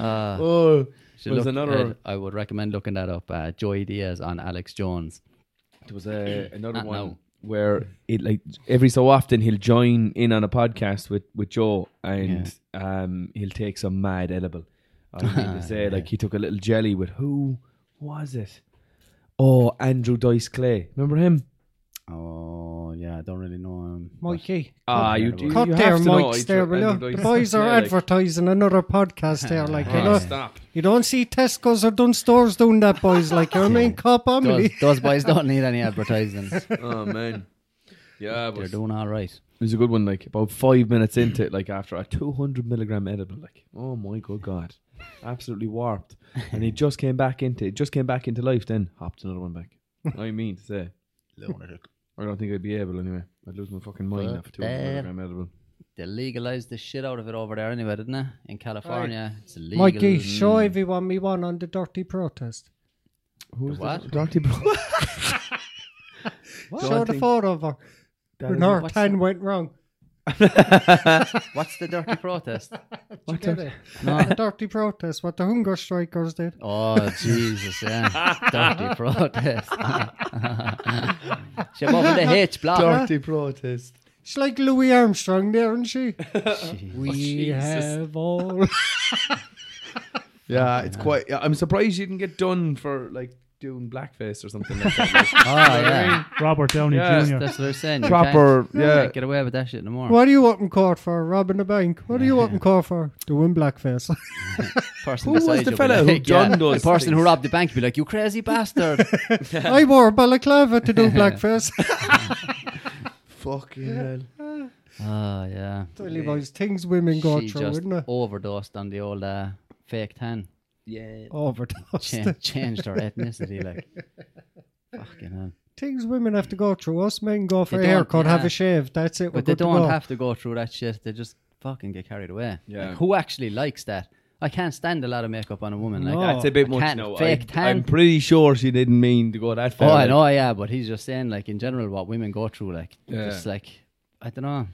C: uh,
E: Oh,
C: should
E: was
C: look-
E: another-
C: I'd- I would recommend looking that up. Uh, Joey Diaz on Alex Jones.
E: there was a, another
C: Not
E: one
C: now.
E: where it like every so often he'll join in on a podcast with with Joe and um he'll take some mad edible. I
C: Ah,
E: mean to say, like he took a little jelly with who was it? Oh, Andrew Dice Clay. Remember him?
C: Oh yeah, I don't really know him.
F: Mikey,
E: Ah, you, you,
F: cut
E: you
F: there,
E: have to know.
F: Mike's
E: It's
F: there,
E: Andrew
F: will you? The
E: Dice-
F: boys
E: yeah,
F: are
E: like-
F: advertising another podcast there, like, you
E: Ah,
F: know.
E: stop.
F: You don't see Tesco's or Dunstores doing that, boys. Like, you know what I mean? Cop
C: Those,
F: Emily.
C: those boys don't need any advertising.
E: Oh man. Yeah, but
C: They're doing all right.
E: it was a good one. Like about five minutes into it, like after a two hundred milligram edible, like oh my good god, absolutely warped. And he just came back into it, just came back into life. Then hopped another one back. I mean to say, I don't think I'd be able anyway. I'd lose my fucking mind
C: Fuck
E: after two hundred
C: that.
E: milligram edible.
C: They legalized the shit out of it over there anyway, didn't they? In California, it's illegal. Mm.
F: Mikey, show everyone me one on the dirty protest.
E: Who's
C: what?
E: The Dirty bro.
F: Show the photo of her. When her
C: what's
F: 10 went wrong.
C: What's the dirty protest?
F: Did you get it? The dirty protest, what the hunger strikers did.
C: Oh Jesus, yeah. Dirty protest. She up with the H block.
E: Dirty protest.
F: She's like Louis Armstrong there, isn't she?
E: Oh,
C: Oh,
F: we
E: Jesus.
F: have all.
E: Yeah, it's quite. yeah, I'm surprised you didn't get done for like doing blackface or something. like that.
C: Oh yeah.
B: Robert Downey
E: Yes,
B: Jr.
C: That's what they're saying. You
E: Proper,
C: can't- you
E: yeah.
C: can't get away with that shit no more.
F: What are you up in court for? Robbing a bank. What are you up in court for? Doing blackface.
C: Person
E: Who was
C: beside
E: the
C: you be
E: fella who
C: like, yeah,
E: done those
C: The person who
E: things?
C: robbed the bank be like, "You crazy bastard!"
F: I wore a balaclava to do blackface.
E: Fucking hell.
C: oh yeah.
F: Tell you boys, things women go
C: she
F: through,
C: just
F: wouldn't it?
C: overdosed on the old uh, fake tan.
F: Overdose.
C: Cha- changed her ethnicity, like. Fucking hell.
F: Things women have to go through. Us men go for a
C: don't,
F: haircut, have
C: yeah.
F: a shave. That's it. We're
C: But they
F: good to
C: don't
F: go.
C: have to go through that shit. They just fucking get carried away.
E: Yeah.
C: Like, who actually likes that? I can't stand a lot of makeup on a woman. Like,
F: No.
E: That's a bit
C: I
E: much
C: can't
E: now.
C: fake
E: I,
C: tan.
E: I'm pretty sure she didn't mean to go that far.
C: oh, I know, yeah. But he's just saying, like, in general, what women go through, like,
E: Yeah.
C: just like, I don't know.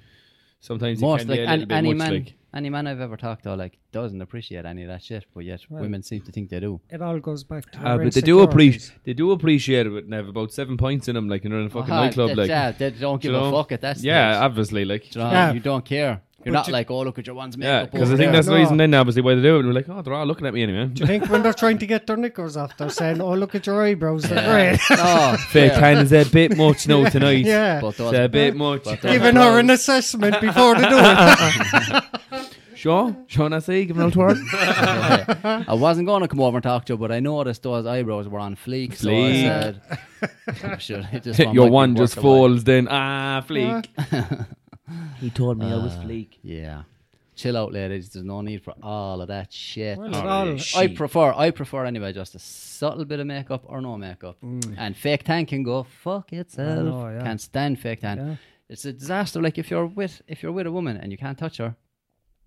E: Sometimes it
C: Most
E: can
C: like
E: be a
C: an-
E: little bit
C: any
E: much,
C: man,
E: like-
C: any man I've ever talked to, like, doesn't appreciate any of that shit. But yet, women seem to think they do.
F: It all goes back to.
E: Ah,
F: our
E: but they do appreciate.
F: insecurities.
E: They do appreciate it. They have about seven points in them, like in a fucking
C: Ah,
E: nightclub,
C: that-
E: like
C: yeah, they don't give
E: you
C: a
E: know?
C: fuck at that. Stage.
E: yeah, obviously, like
C: Do you, know,
F: Yeah.
C: you don't care. You're not
F: you-
C: like, oh, look at your one's
E: yeah,
C: makeup.
E: because
C: over
E: I think
C: there."
E: that's the reason. Then obviously why they do it. We're like, oh, they're all looking at me anyway.
F: Do you think when they're trying to get their knickers off, they're saying, "Oh, look at your eyebrows, they're great."
C: Oh,
E: Fake
C: yeah.
E: tan is a bit much now tonight.
F: yeah,
C: But
E: It's a
C: those,
E: bit much.
C: but those
F: giving her
C: clothes-
F: an assessment before they do it.
E: Sure, Sean, I say, give him a twirl.
C: I wasn't going to come over and talk to you, but I noticed those eyebrows were on fleek. So I
E: Fleek.
C: said, I'm sure it just
E: Your
C: might be
E: one just
C: worth a while.
E: falls. Then ah, fleek.
I: He told me I was fleek.
C: Yeah. Chill out, ladies. There's no need for all of that shit.
F: Well, it's all-
C: I prefer, I prefer anyway, just a subtle bit of makeup or no makeup. And fake tan can go fuck itself.
F: know, yeah.
C: Can't stand fake tan. It's a disaster. Like if you're with, if you're with a woman and you can't touch her,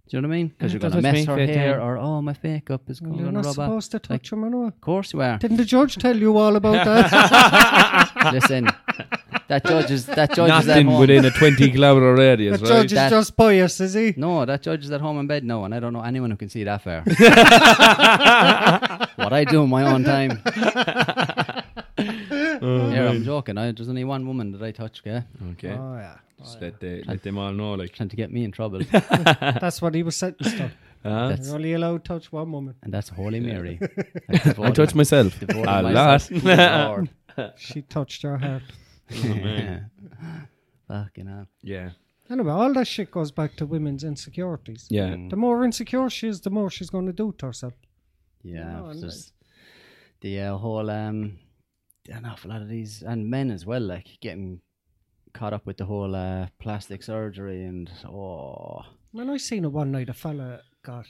C: do you know what I mean? Because you're
I: Don't
C: gonna
I: touch
C: mess
I: me,
C: her
I: fake
C: hair,
I: tan.
C: or oh, my makeup is going
F: You're
C: to
F: not
C: rub off.
F: supposed to touch them, I know.
C: Of course you are.
F: Didn't the judge tell you all about that?
C: Listen, that judges that judges at
E: Nothing
C: home.
E: within a 20 kilometer radius,
D: The
E: right?
D: judge is
C: That-
D: just biased, is he?
C: No, that judge is at home in bed now, and I don't know anyone who can see that far. what I do in my own time.
E: Oh,
C: yeah, I'm joking. I, there's only one woman that I touch, okay?
E: Okay.
D: Oh yeah,
E: Just let, they, let them all know, like.
C: Trying to get me in trouble.
D: that's what he was sentenced on.
E: Huh?
C: That's,
D: You're only allowed to touch one woman.
C: and that's Holy Mary.
E: I touch myself. A lot.
C: lot.
D: She touched your heart.
E: Oh,
C: Fucking hell.
E: Yeah.
D: Anyway, all that shit goes back to women's insecurities.
E: Yeah.
D: The more insecure she is, the more she's going to do to herself.
C: Yeah,
D: No,
E: Oh,
C: it's
D: and
C: just the uh, whole um, an awful lot of these and men as well, like getting caught up with the whole uh, plastic surgery and oh,
F: Man, I seen it one night. A fella got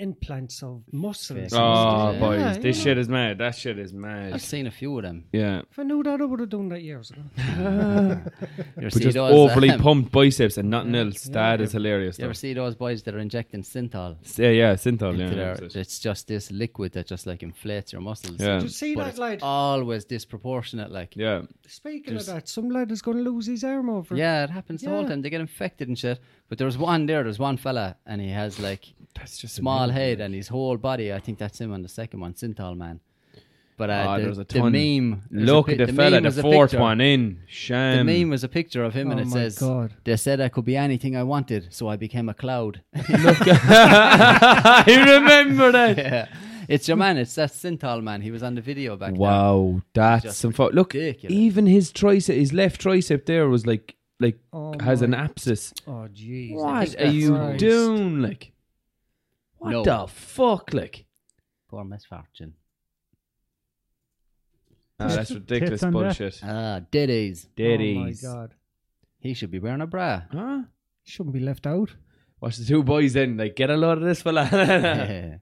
F: implants of muscles.
C: Fake.
E: Oh,
C: Yeah,
E: boys.
F: you
E: this
F: know.
E: shit is mad. That shit is mad.
C: I've seen a few of them.
E: yeah.
F: If I knew that, I would have done that years ago.
C: You ever
E: But
C: see
E: just
C: those,
E: overly
C: um,
E: pumped biceps and nothing else. that is hilarious.
C: You ever
E: though.
C: see those boys that are injecting synthol?
E: Yeah, yeah, synthol.
C: into
E: Yeah,
C: their-
E: that's it.
C: it's just this liquid that just like inflates your muscles.
E: Yeah.
F: Did you see
C: But
F: that
C: it's
F: lad?
C: always disproportionate. Like,
E: yeah.
F: Speaking
E: just-
F: of that, some lad is going to lose his arm over. it.
C: yeah, it happens the whole time. They get infected and shit. But there's one there. There's one fella, and he has like
E: That's just
C: small head and his whole body. I think that's him on the second one, Sintal man. But uh,
E: Ah,
C: the,
E: there's a
C: the
E: ton.
C: meme. there's a
E: Look
C: pi-
E: at the,
C: meme
E: fella, the
C: was a
E: fourth
C: picture.
E: one Mm. in.
C: The
E: Sham.
C: meme was a picture of him, and
F: Oh
C: it
F: my
C: says,
F: God.
C: "They said I could be anything I wanted, so I became a cloud."
E: I remember that.
C: yeah. It's your man. It's that Sintal man. He was on the video back. then.
E: Wow, that's
C: Just
E: some fu- look.
C: ridiculous.
E: Even his tricep, his left tricep there was like like
F: Oh
E: has an
F: my-
E: abscess.
F: Oh jeez.
E: What are
C: that's
E: you
F: right.
E: doing? Like, what
C: No.
E: the fuck? Like,
C: Poor misfortune.
E: ah, that's ridiculous
B: on that.
E: bullshit.
C: Ah, Diddy's.
E: Daddies.
F: Oh my god.
C: He should be wearing a bra.
E: Huh?
F: Shouldn't be left out.
E: Watch the two boys in. Like, get a load of this fella.
C: Yeah.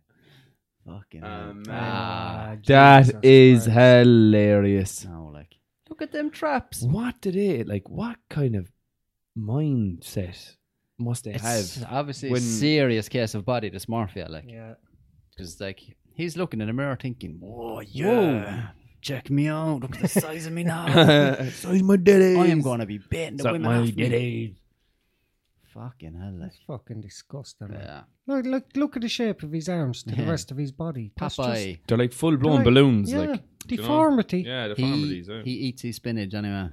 C: Fucking. hell.
E: Um,
F: Ah, Jesus
E: that is
F: Christ.
E: hilarious.
C: no, like, look at them traps.
E: What did it like? What kind of mindset must they
C: It's
E: have?
C: obviously a
E: when-
C: serious case of body dysmorphia, like.
F: Yeah.
C: Because like he's looking in the mirror thinking, "Whoa, yeah, check me out. Look at the size of me now.
E: so he's my daddy.
C: I am gonna be betting the
E: Suck
C: women
E: my
C: off me."
E: daddy.
C: Fucking hell, like,
F: That's fucking disgusting. man.
C: yeah.
F: Look, look, look at the shape of his arms to the
C: Yeah.
F: rest of his body. That's
C: Popeye.
E: They're like full blown
F: Right.
E: balloons.
F: Just, yeah.
E: Like
F: Deformity.
E: yeah, the eh?
C: He, he eats his spinach anyway.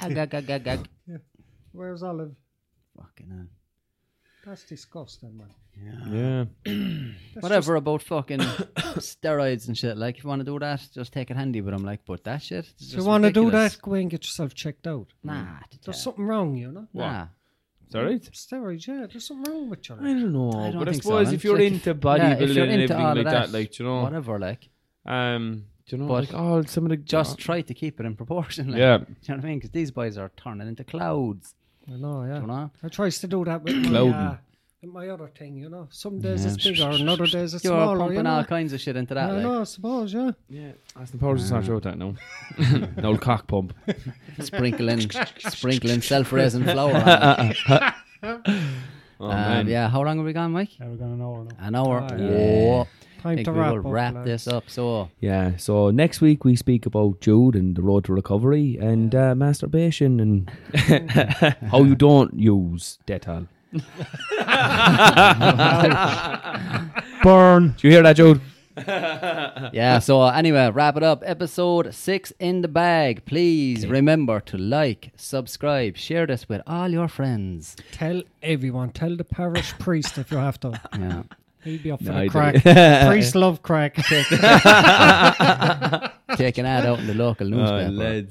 C: Ag, ag, ag, ag, ag.
F: Where's Olive?
C: Fucking hell.
F: That's disgusting, man.
E: yeah.
C: Whatever about fucking steroids and shit. Like, if you want to do that, just take it handy with them. Like, but that shit.
F: If you want to do that, go and get yourself checked out.
C: Nah, to
F: There's
C: tell-
F: something wrong, you know.
C: nah.
E: It's all right.
F: Steroids, yeah. There's something wrong with you.
E: I don't know,
C: I don't
E: but I
C: think so,
E: suppose
C: man.
E: if you're
C: Like,
E: into
C: Yeah,
E: bodybuilding
C: if you're
E: and
C: into
E: everything
C: all
E: like
C: of
E: that, like you know,
C: whatever, like,
E: um, do you know,
C: But
E: like oh, some of the
C: just try to keep it in proportion. Like,
E: Yeah.
C: Do you know what I mean? Because these boys are turning into clouds.
F: I know,
C: Do
F: yeah.
C: you know?
F: I tries to do that with my,
E: Clothing.
F: uh, with my other thing, you know. Some days
C: Yeah.
F: it's bigger, and other days it's
C: You're
F: smaller.
C: pumping
F: you know?
C: all kinds of shit into that.
F: I
C: like.
F: know, I suppose, yeah.
E: yeah, Aston Powers is not sure that now. An old cock pump.
C: sprinkling sprinkling self-raising flour on it.
E: Oh
C: um,
E: man, Oh,
C: yeah how long have we gone mike
B: Now we're gonna know or no.
C: an hour
F: Ah,
C: Whoa. I
F: Time
C: think
F: to
C: we
F: wrap
C: will
F: up.
C: wrap
F: lad.
C: this up so
E: yeah. So next week we speak about Jude and the road to recovery and uh, masturbation and how you don't use Dettol.
B: Burn.
E: Do you hear that, Jude?
C: yeah so uh, anyway wrap it up episode six in the bag please remember to like subscribe share this with all your friends
F: Tell everyone. Tell the parish priest if you have to.
C: yeah
F: He'll be up for
E: No, I
F: the crack. priest love crack.
E: Oh,
C: Oh, take an ad out in the local newspaper